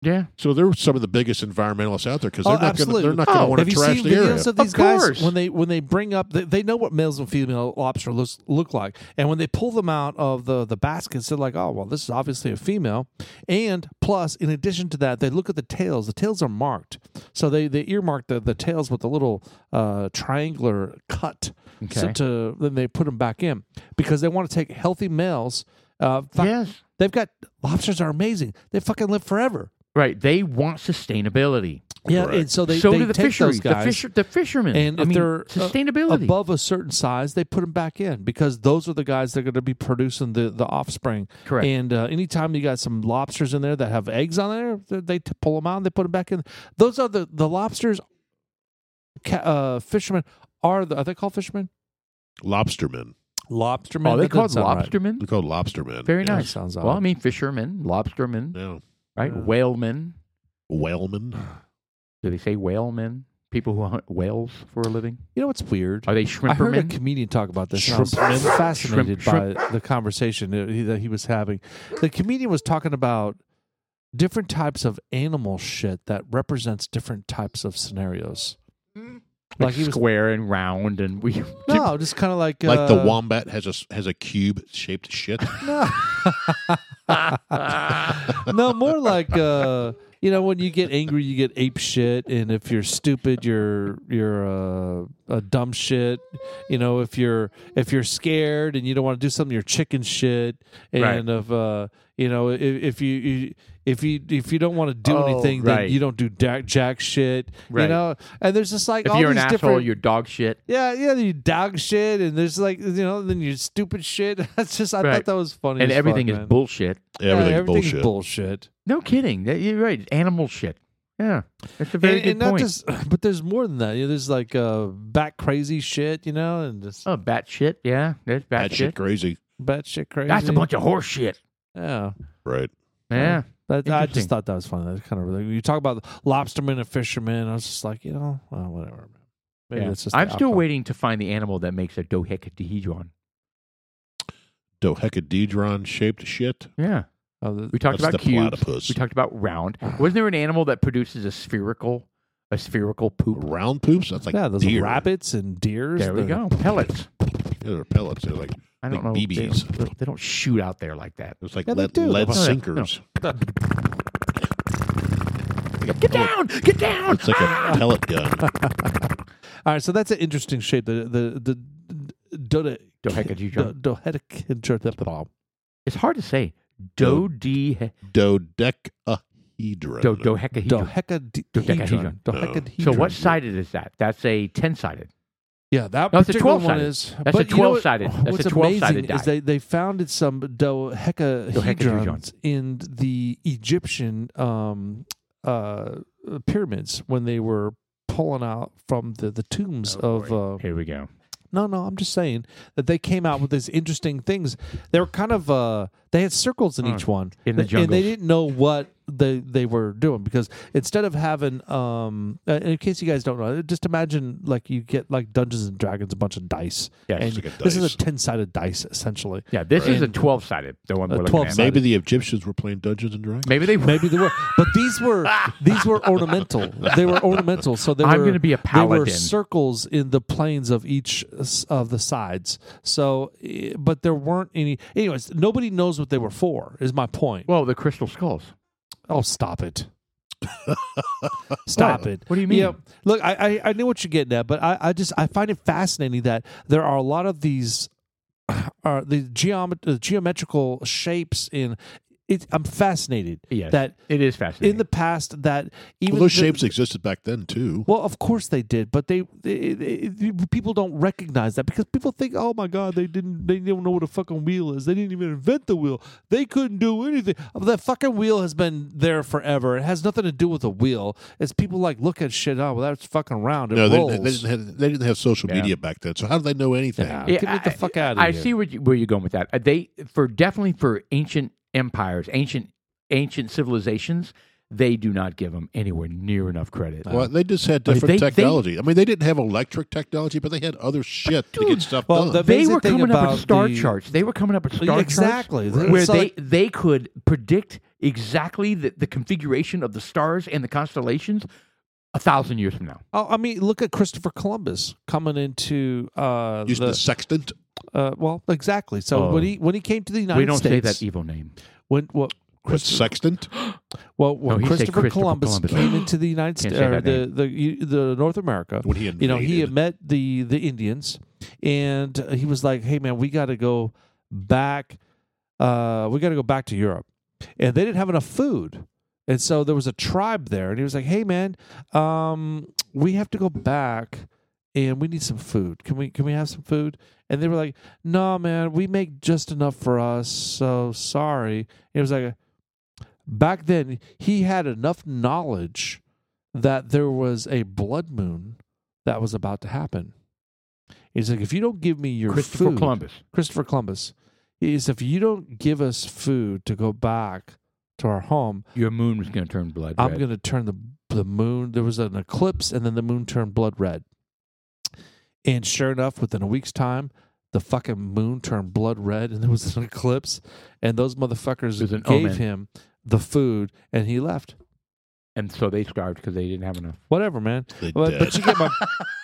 B: yeah.
A: So they're some of the biggest environmentalists out there because
C: Oh,
A: they're not going to
C: absolutely.
A: they're not going to
B: Oh,
A: want
C: have
A: to
C: you
A: trash
C: seen
A: the area.
C: videos of these
B: Of
C: guys
B: course.
C: when they when they bring up they, they know what males and female lobster looks, look like and when they pull them out of the the baskets they're like oh well this is obviously a female and plus in addition to that they look at the tails the tails are marked so they they earmark the, the tails with a little uh, triangular cut so
B: Okay.
C: to then they put them back in because they want to take healthy males uh, fuck-
B: Yes.
C: they've got lobsters are amazing they fucking live forever
B: Right. They want sustainability.
C: yeah
A: Correct.
C: and so they
B: so
C: they
B: do the
C: take
B: fisheries,
C: those guys
B: the fisher, the fishermen,
C: and
B: I
C: if
B: mean,
C: they're uh,
B: sustainability.
C: above a certain size, they put them back in because those are the guys that are going to be producing the, the offspring.
B: Correct.
C: And uh, anytime you got some lobsters in there that have eggs on there, th- they t- pull them out and they put them back in. Those are the the lobsters. Ca- uh, fishermen are the, are they called fishermen? Oh,
A: Lobstermen.
C: Lobstermen.
B: Are Oh, they
C: That doesn't
B: called
C: sound right.
B: lobstermen?
A: They're called lobstermen.
B: Very
C: Yeah,
B: nice.
C: sounds
B: Well,
C: odd.
B: I mean, fishermen, lobstermen,
A: Yeah.
B: right?
C: Yeah.
B: Whalemen.
A: Whalemen.
B: Do they say whalemen? People who hunt whales for a living.
C: You know what's weird?
B: Are they
C: I heard a
B: shrimpermen?
C: comedian talk about this. and I was
A: Shrimp.
C: fascinated
B: Shrimp,
C: by the conversation that he, that he was having. The comedian was talking about different types of animal shit that represents different types of scenarios. Like he was
B: square and round, and we.
C: no, just kind of like
A: like the
C: uh,
A: wombat has a s- has a cube shaped shit.
C: No, no, more like uh, you know, when you get angry, you get ape shit, and if you're stupid, you're you're uh, a dumb shit. You know, if you're if you're scared and you don't want to do something, you're chicken shit. And
B: Right.
C: if uh, you know, if, if you, you if you if you don't want to do
B: Oh,
C: anything,
B: right.
C: then you don't do da- jack shit.
B: Right.
C: You know, and there's just like
B: If
C: all
B: you're an
C: these
B: asshole,
C: different.
B: you're dog shit.
C: yeah, yeah, you dog shit, and there's like you know, then you stupid shit. That's just I
B: Right.
C: thought that was funny,
B: And
C: as
B: everything
C: fuck,
B: is
C: man.
B: bullshit.
C: Yeah,
A: Everything's,
C: everything's
A: bullshit.
C: bullshit.
B: No kidding. That- You're right. Animal shit. Yeah. That's a very
C: and,
B: good
C: and not
B: point.
C: just, but there's more than that. You know, there's like uh, bat crazy shit, you know, and just
B: oh, bat shit. Yeah. That's
A: That
B: bat, shit.
A: shit crazy.
C: bat shit crazy.
B: That's a bunch of horse shit.
C: Yeah,
A: Right.
B: Yeah.
C: that, I
B: Interesting.
C: just thought that was funny. That's kind of really. You talk about lobstermen and fishermen. I was just like, you know, well, whatever. Man. Maybe
B: Yeah.
C: that's just. the
B: I'm still
C: outcome.
B: waiting to find the animal that makes a dodecahedron.
A: Dodecahedron shaped shit.
B: Yeah.
C: Oh, the-
B: We talked
A: That's
B: about
A: the
B: cubes.
A: platypus.
B: We talked about round.
C: Ah.
B: Wasn't there an animal that produces a spherical, a spherical poop?
A: Round poops? That's like
C: yeah, those
A: deer.
C: rabbits and deers.
B: There we
C: the-
B: go. Pellets.
A: Yeah, they're pellets. They're like
B: I
A: Like
B: don't know. They
A: BBs.
B: don't, they don't shoot out there like that.
A: it's like
C: Yeah, they
A: lead,
C: do.
A: lead
C: No,
B: no.
A: sinkers.
B: Get down! Get down! Ah!
A: It's like a pellet gun.
C: All right, so that's an interesting shape. The the the. the Dode-
B: Dodecahedron.
C: do- dodecahedron.
B: It's hard to say. Dode
A: Dodecahedron.
B: do, dohecahedron.
C: Dodecahedron.
B: Dodecahedron.
C: Dodecahedron.
B: So what sided is that? That's a ten sided.
C: Yeah, that
B: No, it's a
C: particular one
B: 12-sided.
C: is.
B: That's a
C: but you know what-
B: 12-sided. That's a
C: what's
B: 12-sided
C: amazing
B: die.
C: is they, they founded some
B: Dodecahedrons.
C: dodecahedrons in the Egyptian um, uh, pyramids when they were pulling out from the, the tombs
B: Oh,
C: of. Uh,
B: Here we go.
C: no, no, I'm just saying that they came out with these interesting things. They were kind of uh, they had circles in each one
B: in the
C: and they
B: jungles.
C: didn't know what they they were doing because instead of having um, uh, in case you guys don't know, just imagine like you get like Dungeons and Dragons a bunch of dice.
B: Yes.
C: and
A: It's like a
C: this
A: dice.
C: is a ten sided dice essentially.
B: Yeah, this is a
C: And-
B: twelve sided. The one
C: A
B: we're looking
C: 12
B: at.
C: sided.
A: Maybe the Egyptians were playing Dungeons and Dragons.
B: Maybe they.
C: Maybe they were, but these were these were ornamental. They were ornamental, so they
B: I'm
C: were.
B: gonna be a
C: There were
B: paladin.
C: circles in the planes of each s- of the sides. So, eh, but there weren't any. Anyways, nobody knows what they were for. Is my point.
B: Well, the crystal skulls.
C: Oh, stop it. stop
B: What?
C: it.
B: What do you mean?
C: Yeah, look, I, I I knew what you're getting at, but I, I just I find it fascinating that there are a lot of these are the geomet- uh, geometrical shapes in it I'm fascinated
B: Yes.
C: that
B: It is fascinating.
C: in the past that even
A: Well, those
C: the-
A: shapes existed back then too.
C: well, of course they did, but they, they, they- people don't recognize that because people think, "Oh my God, they didn't, they don't know what a fucking wheel is. They didn't even invent the wheel. They couldn't do anything. The fucking wheel has been there forever. It has nothing to do with a wheel. It's people like look at shit. Oh, well, that's fucking round. It
A: No, they,
C: rolls.
A: didn't- they, didn't have, they didn't have social media back then. So how do they know anything?
C: Yeah,
B: Yeah,
C: get me the
B: I-
C: fuck out of
B: I
C: here.
B: see where, you, where you're going with that. Uh, They for definitely for ancient empires, ancient ancient civilizations, they do not give them anywhere near enough credit.
C: Uh,
A: Well, they just had
B: I mean,
A: different
B: they- they-
A: technology. I mean, they didn't have electric technology, but they had other shit to get stuff
C: well,
A: done.
C: the
B: they
C: amazing
B: were
C: thing
B: coming up
C: about
B: with star
C: the-
B: charts. They were coming up with star
C: Exactly.
B: charts
C: It's
B: where
C: like-
B: they they could predict exactly the, the configuration of the stars and the constellations a thousand years from now.
C: Oh, I mean, look at Christopher Columbus coming into uh,
A: Using the
C: the,
A: sextant.
C: uh well, exactly. So
B: Oh.
C: when he when he came to the United
B: we don't
C: States,
B: say that e- evil name.
C: when what
A: What sextant?
C: Well, when
B: he said
C: Christopher,
B: Christopher
C: Columbus,
B: Columbus.
C: came into the United
B: Can't
C: States,
B: say
C: or
B: that
C: the, the the North America,
A: When he
C: you know,
A: invaded.
C: he had met the the Indians, and he was like, "Hey, man, we got to go back. Uh, we got to go back to Europe," and they didn't have enough food, and so there was a tribe there, and he was like, "Hey, man, um, we have to go back." And we need some food. Can we can we have some food? And they were like, "No, man, we make just enough for us. So sorry." It was like, back then he had enough knowledge that there was a blood moon that was about to happen. He's like, if you don't give me your
B: Christopher
C: food,
B: Columbus.
C: Christopher Columbus, is if you don't give us food to go back to our home,
B: Your moon was going to turn blood
C: I'm
B: red.
C: going to turn the the moon. There was an eclipse, and then the moon turned blood red. And sure enough, within a week's time, the fucking moon turned blood red, and there was an eclipse. And those
B: It
C: motherfuckers
B: was an
C: gave
B: omen.
C: him the food, and he left.
B: and so they starved because they didn't have enough.
C: Whatever, man.
A: They
C: But, but
A: did.
C: you get my,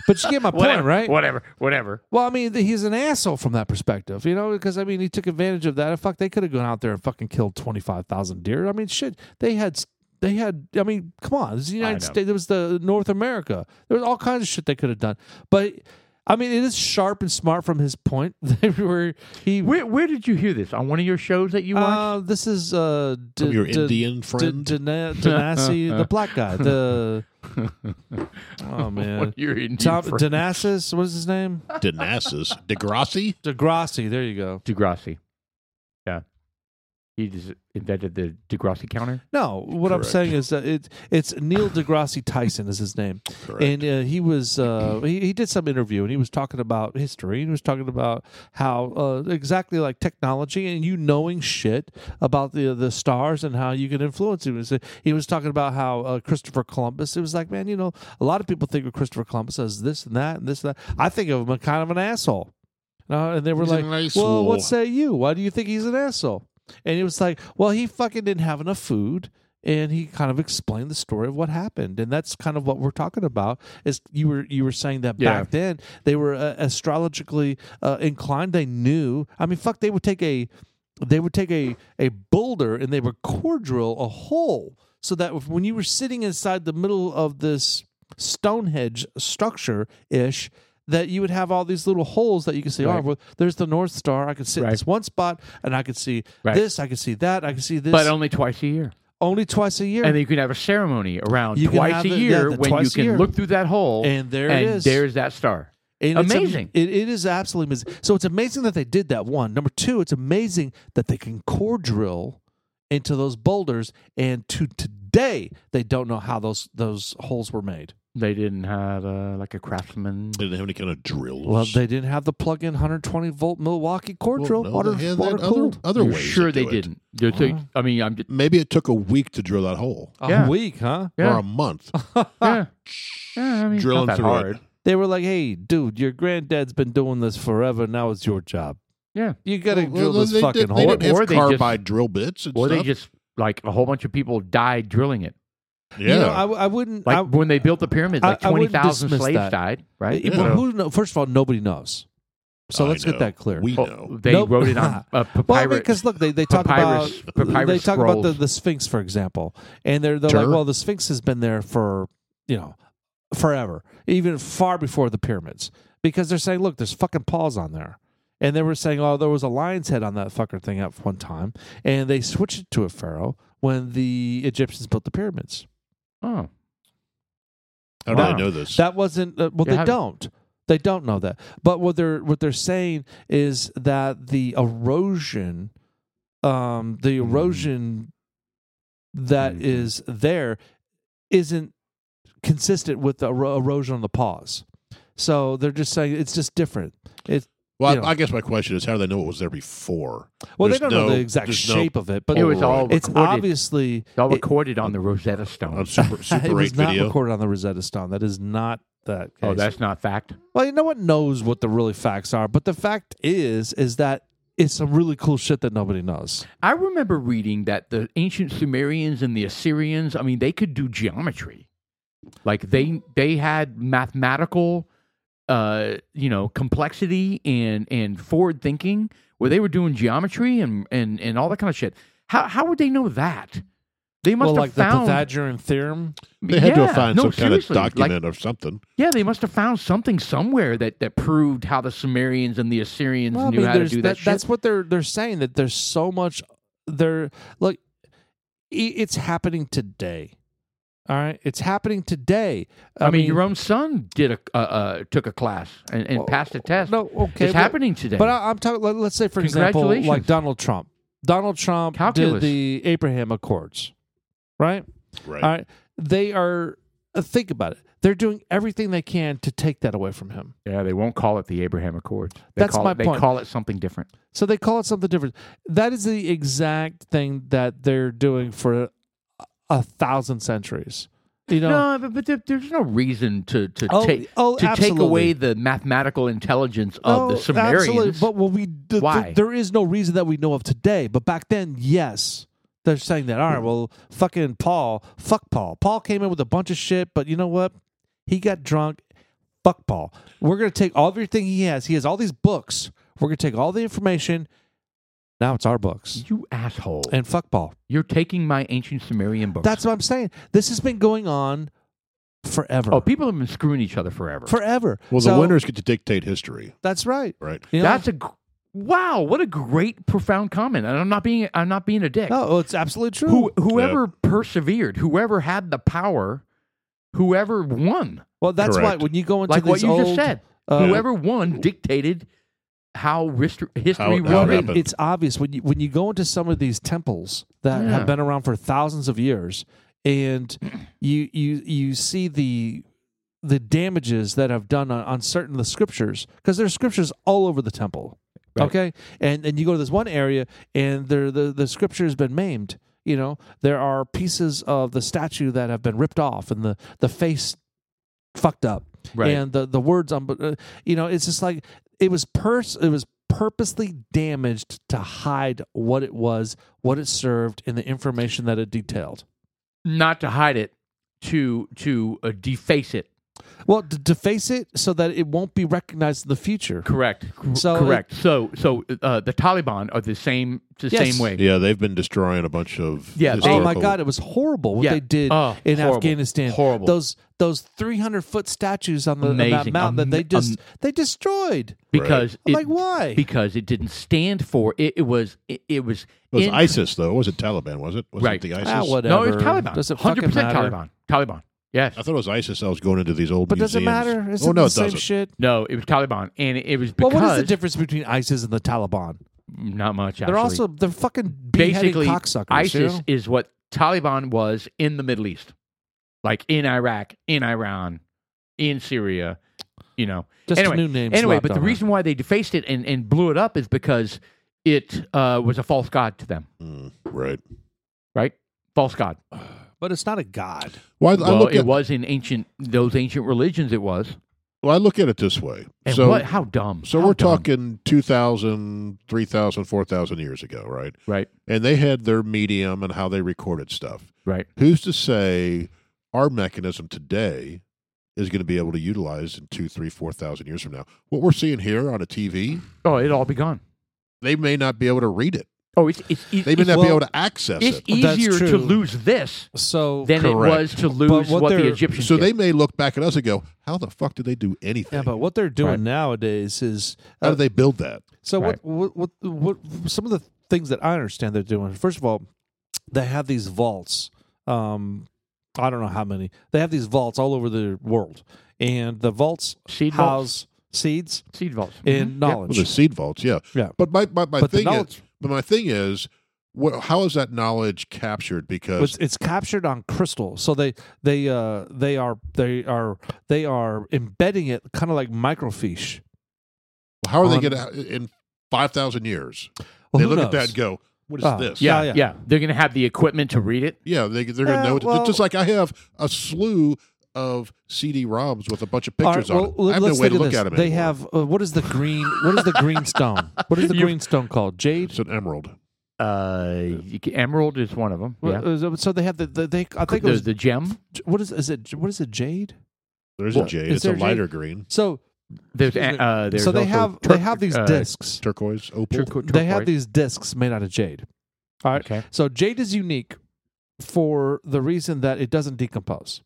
C: but you get my point, right?
B: Whatever. Whatever.
C: Well, I mean, th- he's an asshole from that perspective, you know, because I mean, he took advantage of that. Fuck, they could have gone out there and fucking killed twenty five thousand deer. I mean, shit, they had s- They had, I mean, come on, this is the United
B: know.
C: States. There was the North America. There was all kinds of shit they could have done. But I mean, it is sharp and smart from his point. where he,
B: Where, where did you hear this? On one of your shows that you watched?
C: uh, this is uh, D-
A: From your
C: D-
A: Indian
C: D-
A: friend.
C: Dana- Danassi, the black guy. The oh man,
B: You're in
C: Uh, Tom Danassis. What is his name?
A: Danassus. Degrassi?
C: Degrassi. There you go.
B: Degrassi. Yeah. He just invented the Degrassi counter.
C: No, what I'm
A: Correct.
C: saying is that it, it's Neil deGrasse Tyson is his name,
A: Correct.
C: and uh, he was uh, he, he did some interview and he was talking about history and he was talking about how uh, exactly like technology and you knowing shit about the the stars and how you can influence it. He was, he was talking about how uh, Christopher Columbus. It was like man, you know, a lot of people think of Christopher Columbus as this and that and this and that. I think of him as kind of an asshole. Uh, and they were
A: He's
C: like,
A: an
C: "Well,
A: asshole."
C: what say you? Why do you think he's an asshole?" And it was like, "Well, he fucking didn't have enough food." And he kind of explained the story of what happened, and that's kind of what we're talking about. Is you were you were saying that
B: Yeah.
C: back then they were uh, astrologically uh, inclined. They knew. I mean, fuck, they would take a they would take a a boulder and they would core drill a hole so that if- when you were sitting inside the middle of this Stonehenge structure ish, that you would have all these little holes that you could see. Oh,
B: Right.
C: well, there's the North Star. I could sit in
B: Right.
C: this one spot, and I could see
B: Right.
C: this. I could see that. I could see this.
B: But only twice a year.
C: only twice a year.
B: And then you can have a ceremony around
C: You can
B: twice
C: have
B: a
C: the- yeah,
B: year
C: the
B: when you
C: twice a
B: can
C: year.
B: look through that hole.
C: And there it is.
B: There's that star.
C: And it's am-
B: amazing.
C: it, it is absolutely amazing. So it's amazing that they did that one. Number two, it's amazing that they can core drill into those boulders, and to today they don't know how those those holes were made.
B: they didn't have uh, like a craftsman.
A: They didn't have any kind of drills.
C: Well, they didn't have the plug-in 120 volt Milwaukee core
A: Well,
C: drill,
A: no,
C: water,
A: they had
C: water
A: that other,
C: cooled.
A: other
B: You're
A: ways. to
B: sure they
A: do it.
B: didn't. They're so- I mean, I'm just,
A: Maybe it took a week to drill that hole
B: Yeah.
C: A week, huh?
A: or
B: yeah,
A: a month.
B: yeah. yeah. I mean, it's
A: drilling
B: not that
A: through
B: hard.
A: it.
C: They were like, "Hey, dude, your granddad's been doing this forever. Now it's your job.
B: Yeah.
C: You gotta
A: Well,
C: drill this
A: they,
C: fucking
A: did,
C: hole."
A: they didn't
B: Or
A: have
B: they just-
A: carbide drill bits and
B: Or
A: stuff.
B: they just like a whole bunch of people died drilling it.
A: yeah.
C: You know, I, w- I wouldn't.
B: Like
C: I,
B: when they built the pyramids,
C: I-
B: like
C: I
B: twenty
C: wouldn't
B: thousand
C: dismiss
B: slaves
C: that.
B: died, right?
C: it- well, who know? First of all, nobody knows. So
A: I
C: let's
A: know.
C: get that clear.
A: We
B: Oh,
A: know.
B: they
C: Nope.
B: wrote it on a papyrus.
C: Well, because look, they, they talk
B: Papyrus-
C: about
B: papyrus
C: they talk about the,
B: scrolls.
C: the Sphinx, for example, and they're they're like,
A: Sure.
C: well, the Sphinx has been there for you know forever, even far before the pyramids, because they're saying, look, there's fucking paws on there, and they were saying, oh, there was a lion's head on that fucker thing at one time, and they switched it to a pharaoh when the Egyptians built the pyramids.
B: oh,
A: How did I
B: Wow.
A: know this?
C: That wasn't uh, well.
B: Yeah,
C: they
B: how-
C: don't. They don't know that. But what they're what they're saying is that the erosion, um, the
A: Hmm.
C: erosion that
B: Mhm.
C: is there, isn't consistent with the ero- erosion on the paws. So they're just saying it's just different. It's
A: well,
C: you know.
A: I, I guess my question is how do they know it was there before?
C: well,
A: There's
C: they don't know
A: no-
C: the exact
A: there's no-
C: shape of it, but
B: it was all
C: Oh. it's
B: recorded.
C: obviously
B: It's all
C: it-
B: recorded on the Rosetta
A: on
B: Stone.
A: Super,
C: it
A: super
C: was
A: 8
C: not
A: video.
C: recorded on the Rosetta Stone. That is not that. Case.
B: Oh, that's not fact.
C: Well, no one knows what the really facts are, but the fact is, is that it's some really cool shit that nobody knows.
B: I remember reading that the ancient Sumerians and the Assyrians, I mean, they could do geometry. Like they they had mathematical uh, you know, complexity and and forward thinking where they were doing geometry and and and all that kind of shit. How how would they know that? They must
C: well,
B: have
C: like
B: found
C: the Pythagorean theorem.
A: They had to
B: Yeah,
A: have found
B: no,
A: some kind of
B: seriously, like-
A: document or something.
B: yeah, they must have found something somewhere that that proved how the Sumerians and the Assyrians
C: Well, I
B: knew
C: mean,
B: how to
C: there's
B: do that,
C: that,
B: shit.
C: that's what they're they're saying that there's so much there. Look, i- it's happening today. All right, it's happening today.
B: I, mean, your own son did a uh, uh, took a class and, and passed a test.
C: No, okay,
B: it's
C: well-
B: happening today.
C: But I, I'm talking. Let, let's say, for example, like
B: Congratulations.
C: Donald Trump. Donald Trump
B: Calculus.
C: did the Abraham Accords, right?
A: Right.
C: All right. They are, uh, think about it. They're doing everything they can to take that away from him.
B: Yeah, they won't call it the Abraham Accords. They
C: That's
B: call
C: my
B: it, They
C: point.
B: call it something different.
C: So they call it something different. That is the exact thing that they're doing for a, a thousand centuries. You know,
B: No, but, but there, there's no reason to to
C: Oh,
B: take
C: oh,
B: to take
C: absolutely.
B: away the mathematical intelligence of
C: Oh,
B: the Sumerians.
C: Absolutely. But well, we th- th-
B: Why?
C: there is no reason that we know of today. But back then, yes, they're saying that. All right, well, fucking Paul, fuck Paul. Paul came in with a bunch of shit, but you know what? He got drunk. Fuck Paul. We're gonna take all everything he has. He has all these books. We're gonna take all the information. Now it's our books.
B: You asshole.
C: And fuckball.
B: You're taking my ancient Sumerian books.
C: That's what I'm saying. This has been going on forever.
B: oh, people have been screwing each other forever.
C: forever.
A: Well, the
C: So-
A: winners get to dictate history,
C: That's right.
A: right?
C: You know?
B: That's a gr- wow. What a great, profound comment. And I'm not being. I'm not being a dick.
C: no, well, it's absolutely true.
B: Who, whoever persevered, whoever had the power, whoever won,
C: well, that's
A: Correct.
C: why when you go into
B: like what
C: these
B: you
C: old,
B: just said,
C: uh,
B: whoever won dictated how rist- history
A: how it
B: was.
A: happened.
C: it's obvious when you when you go into some of these temples that
B: Yeah.
C: have been around for thousands of years and you you you see the the damages that have done on, on certain of the scriptures because there's scriptures all over the temple
B: Right.
C: okay and and you go to this one area and there the the scripture has been maimed you know there are pieces of the statue that have been ripped off and the the face fucked up
B: Right.
C: and the the words on but, uh, you know it's just like it was pers- it was purposely damaged to hide what it was what it served and the information that it detailed
B: Not to hide it, to to uh, deface it.
C: well to deface it so that it won't be recognized in the future
B: Correct.
C: So-
B: Correct. so so uh, the Taliban are the same. It's the
C: Yes.
B: same way.
A: Yeah, they've been destroying a bunch of.
B: Yeah, they-
C: oh my
A: historical-
C: god it was horrible what
B: Yeah.
C: they did
B: Oh,
C: in
B: horrible.
C: afghanistan
B: Horrible.
C: those those 300 foot statues on, the, on that
B: Amazing.
C: mountain that they
B: Am-
C: just
B: am-
C: they destroyed
B: because
C: I'm
B: it,
C: like why
B: because it didn't stand for it. It was it, it was
A: It was
B: in-
A: ISIS, though. It wasn't Taliban, was it? Wasn't
B: Right.
A: it the
B: Ah,
A: ISIS?
C: ah, whatever.
B: No, it's Taliban.
C: Does it
B: Hundred
C: fucking
B: percent
C: matter?
B: Taliban. Taliban. Yes.
A: I thought it was ISIS. I was going into these old
C: But does
A: museums.
C: it matter? Is
A: oh,
C: it
A: no,
C: the
A: it
C: same
A: doesn't.
C: shit?
B: No, it was Taliban, and it was
C: Well,
B: because
C: what is the difference between ISIS and the Taliban?
B: not much. Actually.
C: They're also they're fucking beheading
B: basically
C: cocksuckers. you
B: ISIS
C: know?
B: is what Taliban was in the Middle East, like in Iraq, in Iran, in Syria. You know.
C: Just
B: anyway,
C: a new name.
B: anyway,
C: slapped
B: but the
C: on it.
B: reason why they defaced it and, and blew it up is because it uh, was a false god to them,
A: Mm, right.
B: right? False god.
C: but it's not a god.
A: Well, I, I
B: Well,
A: look
B: it
A: at,
B: was in ancient those ancient religions. It was.
A: well, I look at it this way.
B: And
A: so,
B: what? How dumb.
A: so
B: How
A: we're
B: dumb.
A: talking 2,000, 3,000, 4,000 years ago, right?
B: Right.
A: And they had their medium and how they recorded stuff.
B: Right.
A: Who's to say our mechanism today is going to be able to utilize in two, three, four thousand years from now? What we're seeing here on a TV,
B: Oh, it'd all be gone.
A: they may not be able to read it.
B: Oh, it's it's it's,
A: They may
B: it's,
A: not be
C: well,
A: able to access
B: it's
A: it.
C: That's
B: easier to
C: true.
B: lose this
C: So
B: than it
A: Correct.
B: was to lose
C: what
B: what, the
C: they're-
B: Egyptians.
A: So
B: did.
A: they may look back at us and go, "How the fuck did they do anything?
C: yeah, but what they're doing
B: Right.
C: nowadays is
A: How
C: uh,
A: did they build that?"
C: so
B: Right.
C: what, what what what some of the things that I understand they're doing. First of all, they have these vaults. Um, I don't know how many. They have these vaults all over the world, and the vaults
B: Seed vaults.
C: house seeds
B: seed vaults
C: and
A: Well,
B: Mhm.
C: knowledge.
A: the seed vaults, yeah,
C: Yeah.
A: But my my, my
C: But the
A: thing is,
C: knowledge-
A: but my thing is, what, how is that knowledge captured? Because
C: It's, it's captured on crystal, so they they uh they are they are they are embedding it kind of like microfiche.
A: how are they
C: on-
A: going to in five thousand years?
C: Well,
A: they
C: who
A: look at that
C: knows?
A: and go, "What is
C: Ah,
A: this?"
B: Yeah, yeah,
C: Yeah, yeah.
B: They're going to have the equipment to read it.
A: Yeah, they, they're going to
C: Uh,
A: know. It.
C: well-
A: just like I have a slew of CD-ROMs with a bunch of
C: All right,
A: pictures
C: well,
A: on it. I have no
C: let's
A: way to
C: think of
A: look
C: this.
A: at them
C: They
A: anymore.
C: have uh, what is the green? What is the green stone? What is the green stone called? Jade.
A: It's an emerald.
B: Uh, you ca- Emerald is one of them.
C: Well,
B: yeah.
C: uh, So, they have the, the they. I think it
B: the,
C: was
B: the gem.
C: what is is it? What is it? Jade.
A: There's
C: Well,
A: a jade.
C: is
A: It's a
C: there jade?
A: lighter green.
C: So
B: There's, a- uh, there's
C: so they
B: also
C: have
B: tur-
C: they have these
B: uh,
C: discs.
A: Turquoise, opal.
B: turqu-
C: They have
B: turquoise.
C: these discs made out of jade. All right.
B: Okay.
C: So jade is unique for the reason that it doesn't decompose.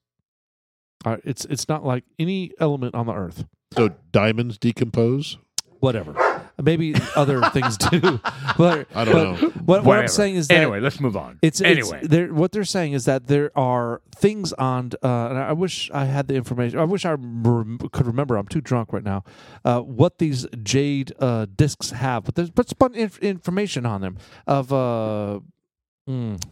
C: All right, it's it's not like any element on the earth.
A: so diamonds decompose.
C: Whatever. Maybe other things do. But
A: I don't know.
C: but What, what I'm
B: Whatever.
C: saying is that
B: anyway, let's move on.
C: It's
B: anyway.
C: anyway. they're, what they're saying is that there are things on, uh, and I wish I had the information. I wish I rem- could remember. I'm too drunk right now. Uh, what these jade uh, discs have, but there's but spun inf- information on them of. Uh, mm,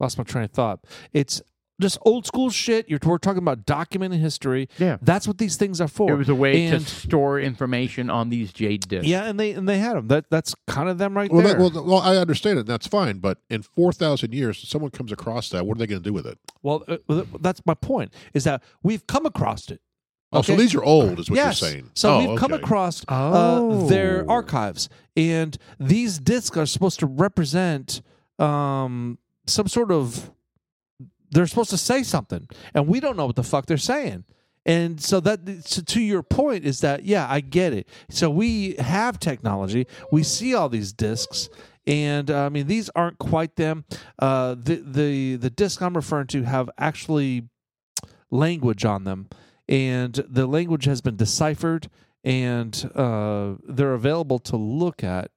C: lost my train of thought. It's just old school shit. You're we're talking about documenting history.
B: Yeah.
C: that's what these things are for.
B: it was a way
C: and,
B: to store information on these jade discs.
C: Yeah, and they and they had them. That that's kind of them right
A: Well,
C: there.
A: that, well, th- well, I understand it. That's fine. But in four thousand years, if someone comes across that. What are they going to do with it?
C: Well, uh, well, that's my point. Is that we've come across it.
A: Oh, so
C: Okay.
A: these are old, is what
C: yes.
A: you're saying.
C: So
A: Oh,
C: we've come
A: okay.
C: across
B: Oh.
C: uh, their archives, and these discs are supposed to represent um, some sort of. They're supposed to say something, and we don't know what the fuck they're saying. And so that so to your point is that yeah, I get it. So we have technology. We see all these discs. And uh, I mean, these aren't quite them. Uh, the the the disc I'm referring to have actually language on them, and the language has been deciphered, and uh, they're available to look at.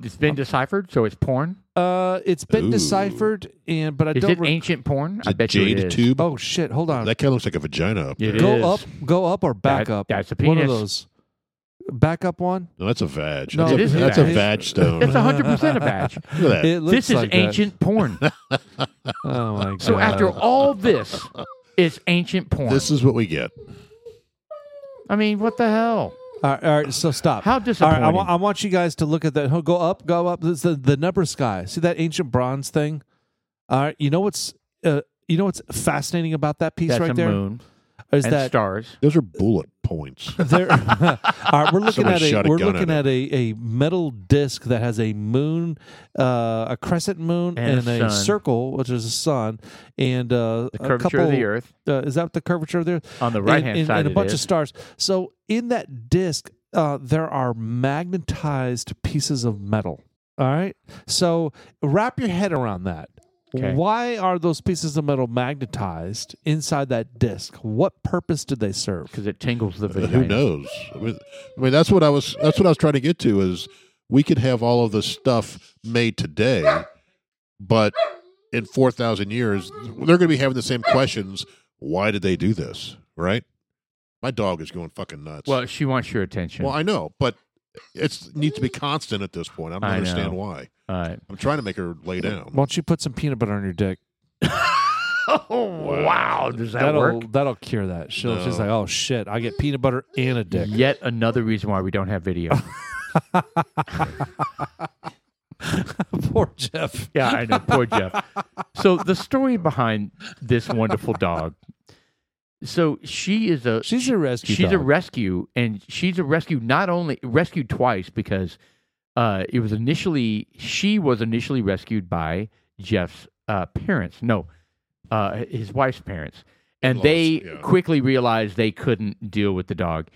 B: It's been deciphered, so it's porn.
C: Uh, it's been
A: Ooh.
C: deciphered, and but I
B: Is
C: don't.
B: it
C: re-
B: ancient porn? I
A: Is it
B: bet you it
A: jade
B: is.
A: tube?
C: oh shit! Hold on.
A: that kind of looks like a vagina. Up
B: It
A: there.
B: is.
C: go up, go up, or back
B: That-
C: up.
B: that's a
C: One of
B: penis.
C: those. Back up one.
A: No, that's a vag.
C: No,
A: that's
B: it
A: a,
B: is a
A: that's
B: vag.
A: a vag stone.
B: That's 100% a batch.
A: Look at that.
C: It looks
B: This is
C: like that.
B: ancient porn.
C: Oh my god.
B: So after all this, it's ancient porn.
A: this is what we get.
B: I mean, what the hell?
C: All right, all right, so stop.
B: How
C: All right, I, wa-
B: disappointing.
C: I want you guys to look at that. Oh, Go up, go up. This the, the number sky. See that ancient bronze thing? All right, you know what's uh, you know what's fascinating about that piece
B: That's
C: right
B: a
C: there?
B: moon
C: Is
B: and
C: that
B: stars.
A: Those are bullet points.
C: there? all right, we're looking
A: Someone
C: at a,
A: shot a
C: we're
A: gun
C: looking
A: at
C: at, a, a metal disc that has a moon, uh, a crescent moon,
B: And
C: and,
B: a
C: a
B: sun.
C: circle, which is a sun, and uh,
B: The
C: a
B: curvature
C: couple,
B: of the earth
C: Uh, is that the curvature of the earth?
B: on the right
C: and,
B: hand
C: and-
B: side
C: and a
B: it
C: bunch of
B: is.
C: stars. So in that disc, uh, there are magnetized pieces of metal. All right. So wrap your head around that.
B: Okay.
C: Why are those pieces of metal magnetized inside that disc? What purpose did they serve?
B: because it tingles the
A: Uh,
B: vagina.
A: Who knows? I mean, I mean, that's what I was. That's what I was trying to get to. Is we could have all of this stuff made today, but in four thousand years, they're going to be having the same questions. Why did they do this? Right? My dog is going fucking nuts.
B: Well, she wants your attention.
A: well, I know, but it needs to be constant at this point. I don't
B: I
A: understand
B: know.
A: why.
B: All right.
A: I'm trying to make her lay down.
C: Why don't you put some peanut butter on your dick?
B: Oh wow! Does that
C: will
B: work?
C: that'll cure that. She'll,
A: No.
C: She's like, oh shit, I get peanut butter and a dick.
B: Yet another reason why we don't have video.
C: Poor Jeff.
B: Yeah, I know. Poor Jeff. So the story behind this wonderful dog. So she is a
C: She's a rescue.
B: she's a
C: dog.
B: rescue, and she's a rescue not only rescued twice because uh, it was initially she was initially rescued by Jeff's uh, parents. No, uh, his wife's parents, and
A: In-laws,
B: they
A: yeah.
B: quickly realized they couldn't deal with the dog.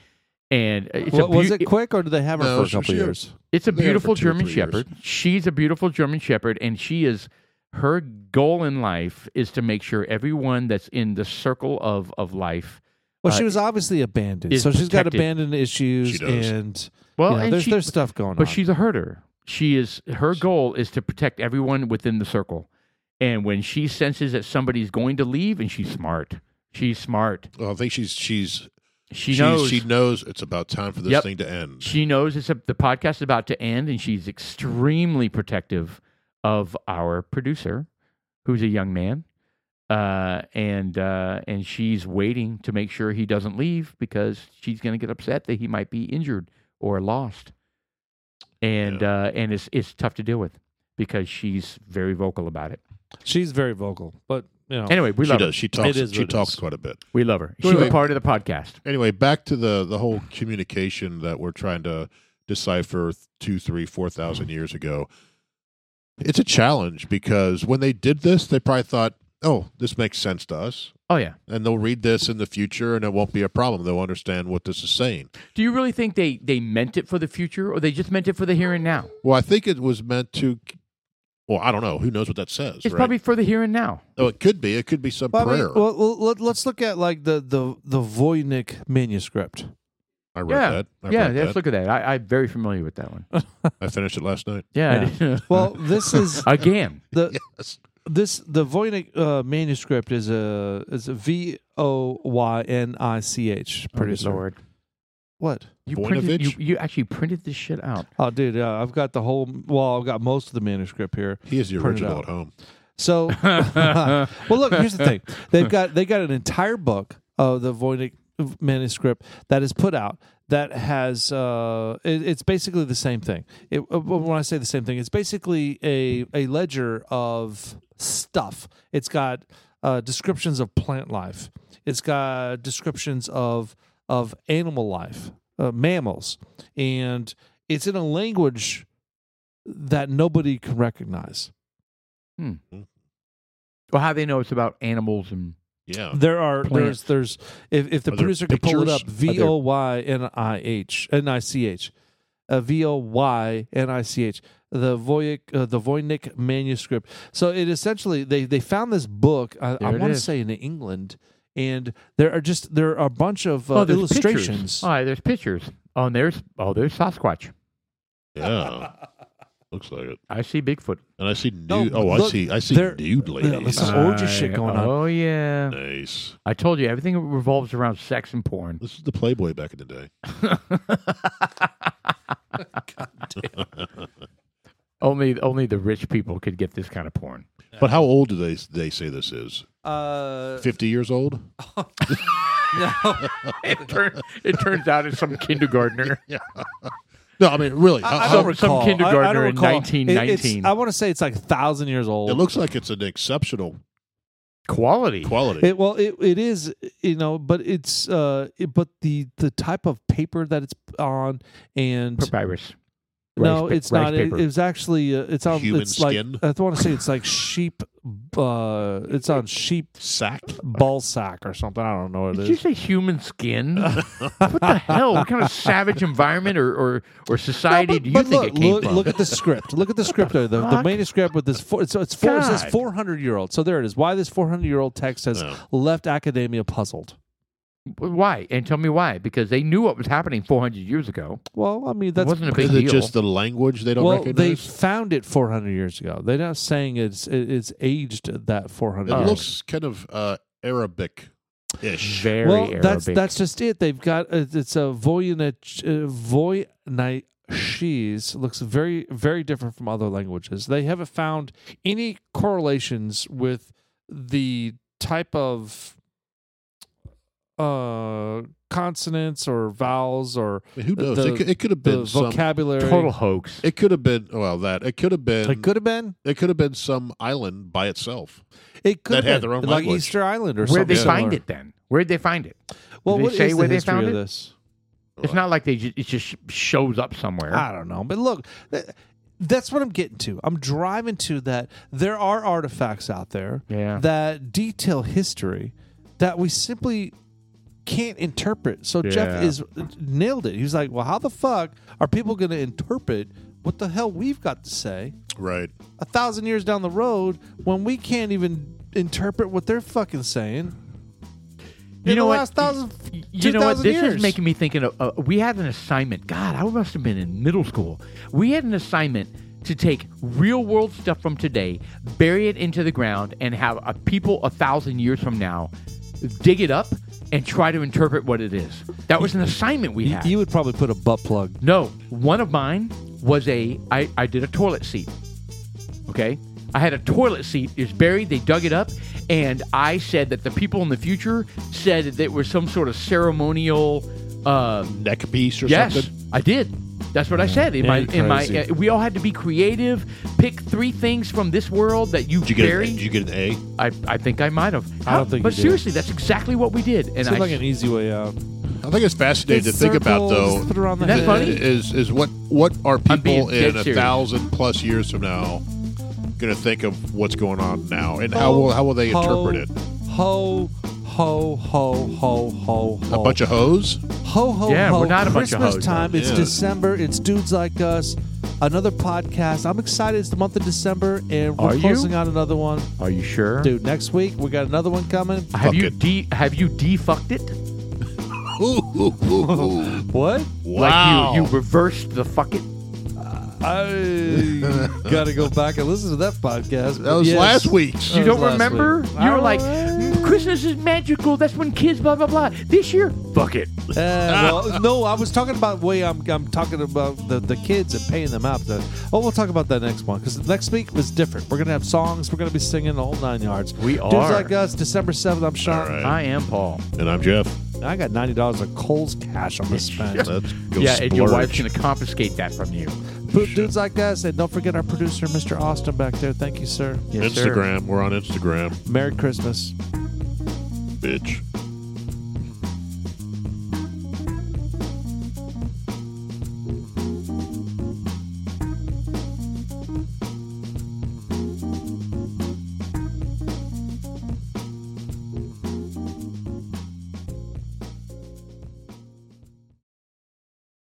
B: And it's
C: What,
B: a
C: was
B: beau-
C: it quick or did they have her
A: No,
C: for a
A: she-
C: couple
A: she-
C: years?
B: it's a
A: They had it for
B: beautiful
A: two or
B: German
A: three years.
B: Shepherd. She's a beautiful German Shepherd, and she is her goal in life is to make sure everyone that's in the circle of of life.
C: Well,
B: uh,
C: she was obviously abandoned,
B: is
C: so she's got
B: protected.
C: abandonment issues,
A: She does.
C: and
B: Well,
C: you know,
B: and
C: there's
B: she-
C: there's stuff going
B: but
C: on.
B: she's a herder. She is her goal is to protect everyone within the circle, and when she senses that somebody's going to leave, and she's smart. She's smart.
A: Well, I think she's she's
B: She
A: she's-
B: knows.
A: she knows it's about time for this
B: Yep.
A: thing to end.
B: She knows it's a, the podcast is about to end, and she's extremely protective of our producer, who's a young man, uh, and uh, and she's waiting to make sure he doesn't leave because she's going to get upset that he might be injured or lost, and uh, and it's it's tough to deal with because she's very vocal about it.
C: she's very vocal, but you know,
B: Anyway, we
A: Oh, she
B: love
A: does.
B: her.
A: She talks.
C: It is
A: she
C: what it
A: talks
C: is.
A: quite a bit.
B: We love her.
A: So
B: She's a
A: anyway-
B: part of the podcast.
A: anyway, back to the the whole communication that we're trying to decipher th- two, three, four thousand years ago. It's a challenge because when they did this, they probably thought, "Oh, this makes sense to us,"
B: Oh yeah.
A: and they'll read this in the future, and it won't be a problem. They'll understand what this is saying.
B: Do you really think they they meant it for the future, or they just meant it for the here and now?
A: Well, I think it was meant to. Well, I don't know. Who knows what that says?
B: It's
A: right?
B: probably for the here and now.
A: Oh, it could be. It could be some
C: well, I
A: prayer.
C: mean, well, well, let, us look at like the the the Voynich manuscript.
A: I read
B: yeah.
A: that. I
B: yeah,
A: read
B: let's
A: that.
B: look at that. I, I'm very familiar with that one.
A: I finished it last night.
B: Yeah.
C: Well, this is
B: again,
C: the
A: Yes.
C: this the Voynich uh, manuscript is a is a V O Y N I C H producer. What?
B: You, printed, you,
A: Voinovich?
B: you actually printed this shit out.
C: Oh, dude, uh, I've got the whole. Well, I've got most of the manuscript here.
A: He is the
C: Print it out.
A: original at home.
C: So, well, look. Here's the thing. They've got they got an entire book of the Voynich manuscript that is put out that has uh, it, it's basically the same thing. It, uh, when I say the same thing, it's basically a a ledger of stuff. It's got uh, descriptions of plant life. It's got descriptions of of animal life, uh, mammals, and it's in a language that nobody can recognize.
B: Well, how they know it's about animals and
A: Yeah.
C: There are
B: Plants.
C: there's there's if, if the
A: Are there
C: producer could pull it
A: pictures?
C: up V O Y N I H N I C H uh, V O Y N I C H the Voynick uh, the Voynich manuscript. So it essentially they they found this book I, I
B: There it
C: want to
B: is.
C: say in England and there are just there are a bunch of uh,
B: oh, there's
C: illustrations.
B: Pictures. Oh, there's pictures. Oh, and there's oh, there's Sasquatch.
A: Yeah. Looks like it.
B: I see Bigfoot.
A: And I see nude.
C: No,
A: oh, I
C: look,
A: see. I see
C: there-
A: nude
C: yeah,
A: ladies.
C: listen. Some orgy shit going on.
B: Oh yeah.
A: nice.
B: I told you everything revolves around sex and porn.
A: This is the Playboy back in the day.
B: Only only the rich people could get this kind of porn.
A: But how old do they they say this is?
C: Uh,
A: Fifty years old?
B: It, turn, it turns out it's some kindergartner.
A: No, I mean really. how-
C: I
A: how-
C: don't
B: Some- some
C: recall. I- I don't
B: kindergartner in
C: recall. It- it's-
B: 1919.
C: I want to say it's like a thousand years old.
A: it looks like it's an exceptional
B: Quality.
A: quality.
C: It, well, it, it is, you know, but it's, uh, it, but the the type of paper that it's on, and
B: Papyrus. Rice
C: no,
B: pa-
C: it's
B: rice
C: not. It,
B: paper.
C: it was actually, uh, it's on.
A: Human
C: it's
A: skin?
C: like I want to say it's like sheep. Uh, it's on sheep
A: Sack.
C: ball sack or something. I don't know what it
B: Did you
C: is.
B: say human skin? what the hell? What kind of savage environment or, or, or society do you
C: but
B: think
C: look,
B: it came
C: look,
B: from?
C: look at the script. Look at the script. there. The, the
B: fuck?
C: manuscript with this. Four, so it's four, it says
B: God.
C: four hundred year old. So there it is. Why this four hundred year old text has
A: Oh.
C: left academia puzzled.
B: why? And tell me why? Because they knew what was happening 400 years ago.
C: Well, I mean that's
B: it wasn't a big
A: Is
B: deal.
A: it just the language they don't
C: well, they
A: recognize?
C: found it 400 years ago. They're not saying it's it- it's aged that 400.
A: it
C: years.
A: looks kind of uh, Arabic ish.
B: very
C: well.
B: Arabic.
C: That's that's just it. They've got it's it's a Voynich uh, Voynichese looks very very different from other languages. They haven't found any correlations with the type of uh consonants or vowels or
A: who knows?
C: The-
A: it, could, it could have
C: the
A: been some.
C: vocabulary.
B: total hoax.
A: it could have been well that it could have been
C: It could have been.
A: it could have been some island by itself.
C: It could
A: That
C: have
A: had
C: been,
A: their own
C: like
A: language.
C: Easter Island or
B: Where'd
C: something.
B: they find
C: similar.
B: it then? Where'd they find it?
C: Well,
B: Did they
C: what is
B: say
C: the
B: where they
C: history
B: found
C: of
B: it?
C: this?
B: It's not like they just, it just sh- shows up somewhere.
C: I don't know, but look, th- that's what I'm getting to. I'm driving to that. There are artifacts out there
B: Yeah.
C: that detail history that we simply can't interpret. So Jeff
B: Yeah.
C: is nailed it. He was like, "Well, how the fuck are people going to interpret what the hell we've got to say
A: Right.
C: a thousand years down the road when we can't even interpret what they're fucking saying?"
B: You
C: in
B: know
C: the
B: what?
C: Last thousand,
B: you know what?
C: 2,000
B: This
C: years.
B: is making me thinking of. Uh, we had an assignment. God, I must have been in middle school. We had an assignment to take real world stuff from today, bury it into the ground, and have a people a thousand years from now dig it up and try to interpret what it is. That was an assignment we
C: You-
B: had.
C: you would probably put a butt plug
B: No, one of mine was a. I, I did a toilet seat. Okay? I had a toilet seat. It was buried. They dug it up. And I said that the people in the future said that it was some sort of ceremonial. Um,
A: Neck piece or
B: yes,
A: something.
B: I did. That's what I said. In my, in my,
C: crazy.
B: uh, we all had to be creative. Pick three things from this world that you,
A: Did you get an,
B: bury.
A: did you get an A?
B: I, I think I might have.
C: I don't think
B: But
C: you did.
B: seriously, that's exactly what we did. And I,
C: Seems like an easy way out.
A: I think it's fascinating to think about though.
C: Put around the
B: Isn't that
C: head.
B: funny?
A: Is is what what are
B: I'm being
A: people
B: dead
A: in a
B: serious.
A: thousand plus years from now going to think of what's going on now, and how will how will they
C: Ho,
A: interpret it?
C: Ho, ho, ho, ho, ho, ho.
A: A bunch of hoes.
C: ho, ho,
B: Yeah,
C: ho.
B: we're not a bunch
C: Christmas
B: of hoes,
C: time. It's
A: yeah.
C: December. It's dudes like us. Another podcast. I'm excited. It's the month of December, and we're
B: Are you?
C: closing out another one,
B: are you sure?
C: dude. Next week we got another one coming.
B: have
A: Fuck
B: you
A: it.
B: de- have you defucked it?
C: What?
A: Wow.
B: Like you, you reversed the fuck it.
C: I gotta go back and listen to that podcast.
A: that was
C: Yes.
A: last week's.
B: You
C: That
B: don't
C: was last
B: remember?
C: week.
B: You were like,
C: Alright.
B: Christmas is magical. That's when kids blah blah blah. This year, fuck it.
C: Uh,
B: Ah.
C: well, no, I was talking about way I'm, I'm talking about the, the kids and paying them out. The, oh, we'll talk about that next one because next week was different. We're gonna have songs. We're gonna be singing the whole nine yards.
B: We
C: Dudes
B: are.
C: like us, December seventh. I'm
A: All
C: Sean.
A: right.
B: I am Paul.
A: And I'm Jeff.
C: I got ninety dollars of Cole's cash on this spend.
A: Let's go
B: yeah, and your
A: splurge.
B: wife's gonna confiscate that from you.
C: Dudes like us, and don't forget our producer, Mr. Austin, back there. Thank you, sir.
B: Yes, sir.
A: Instagram. We're on Instagram,
C: Merry Christmas.
A: bitch.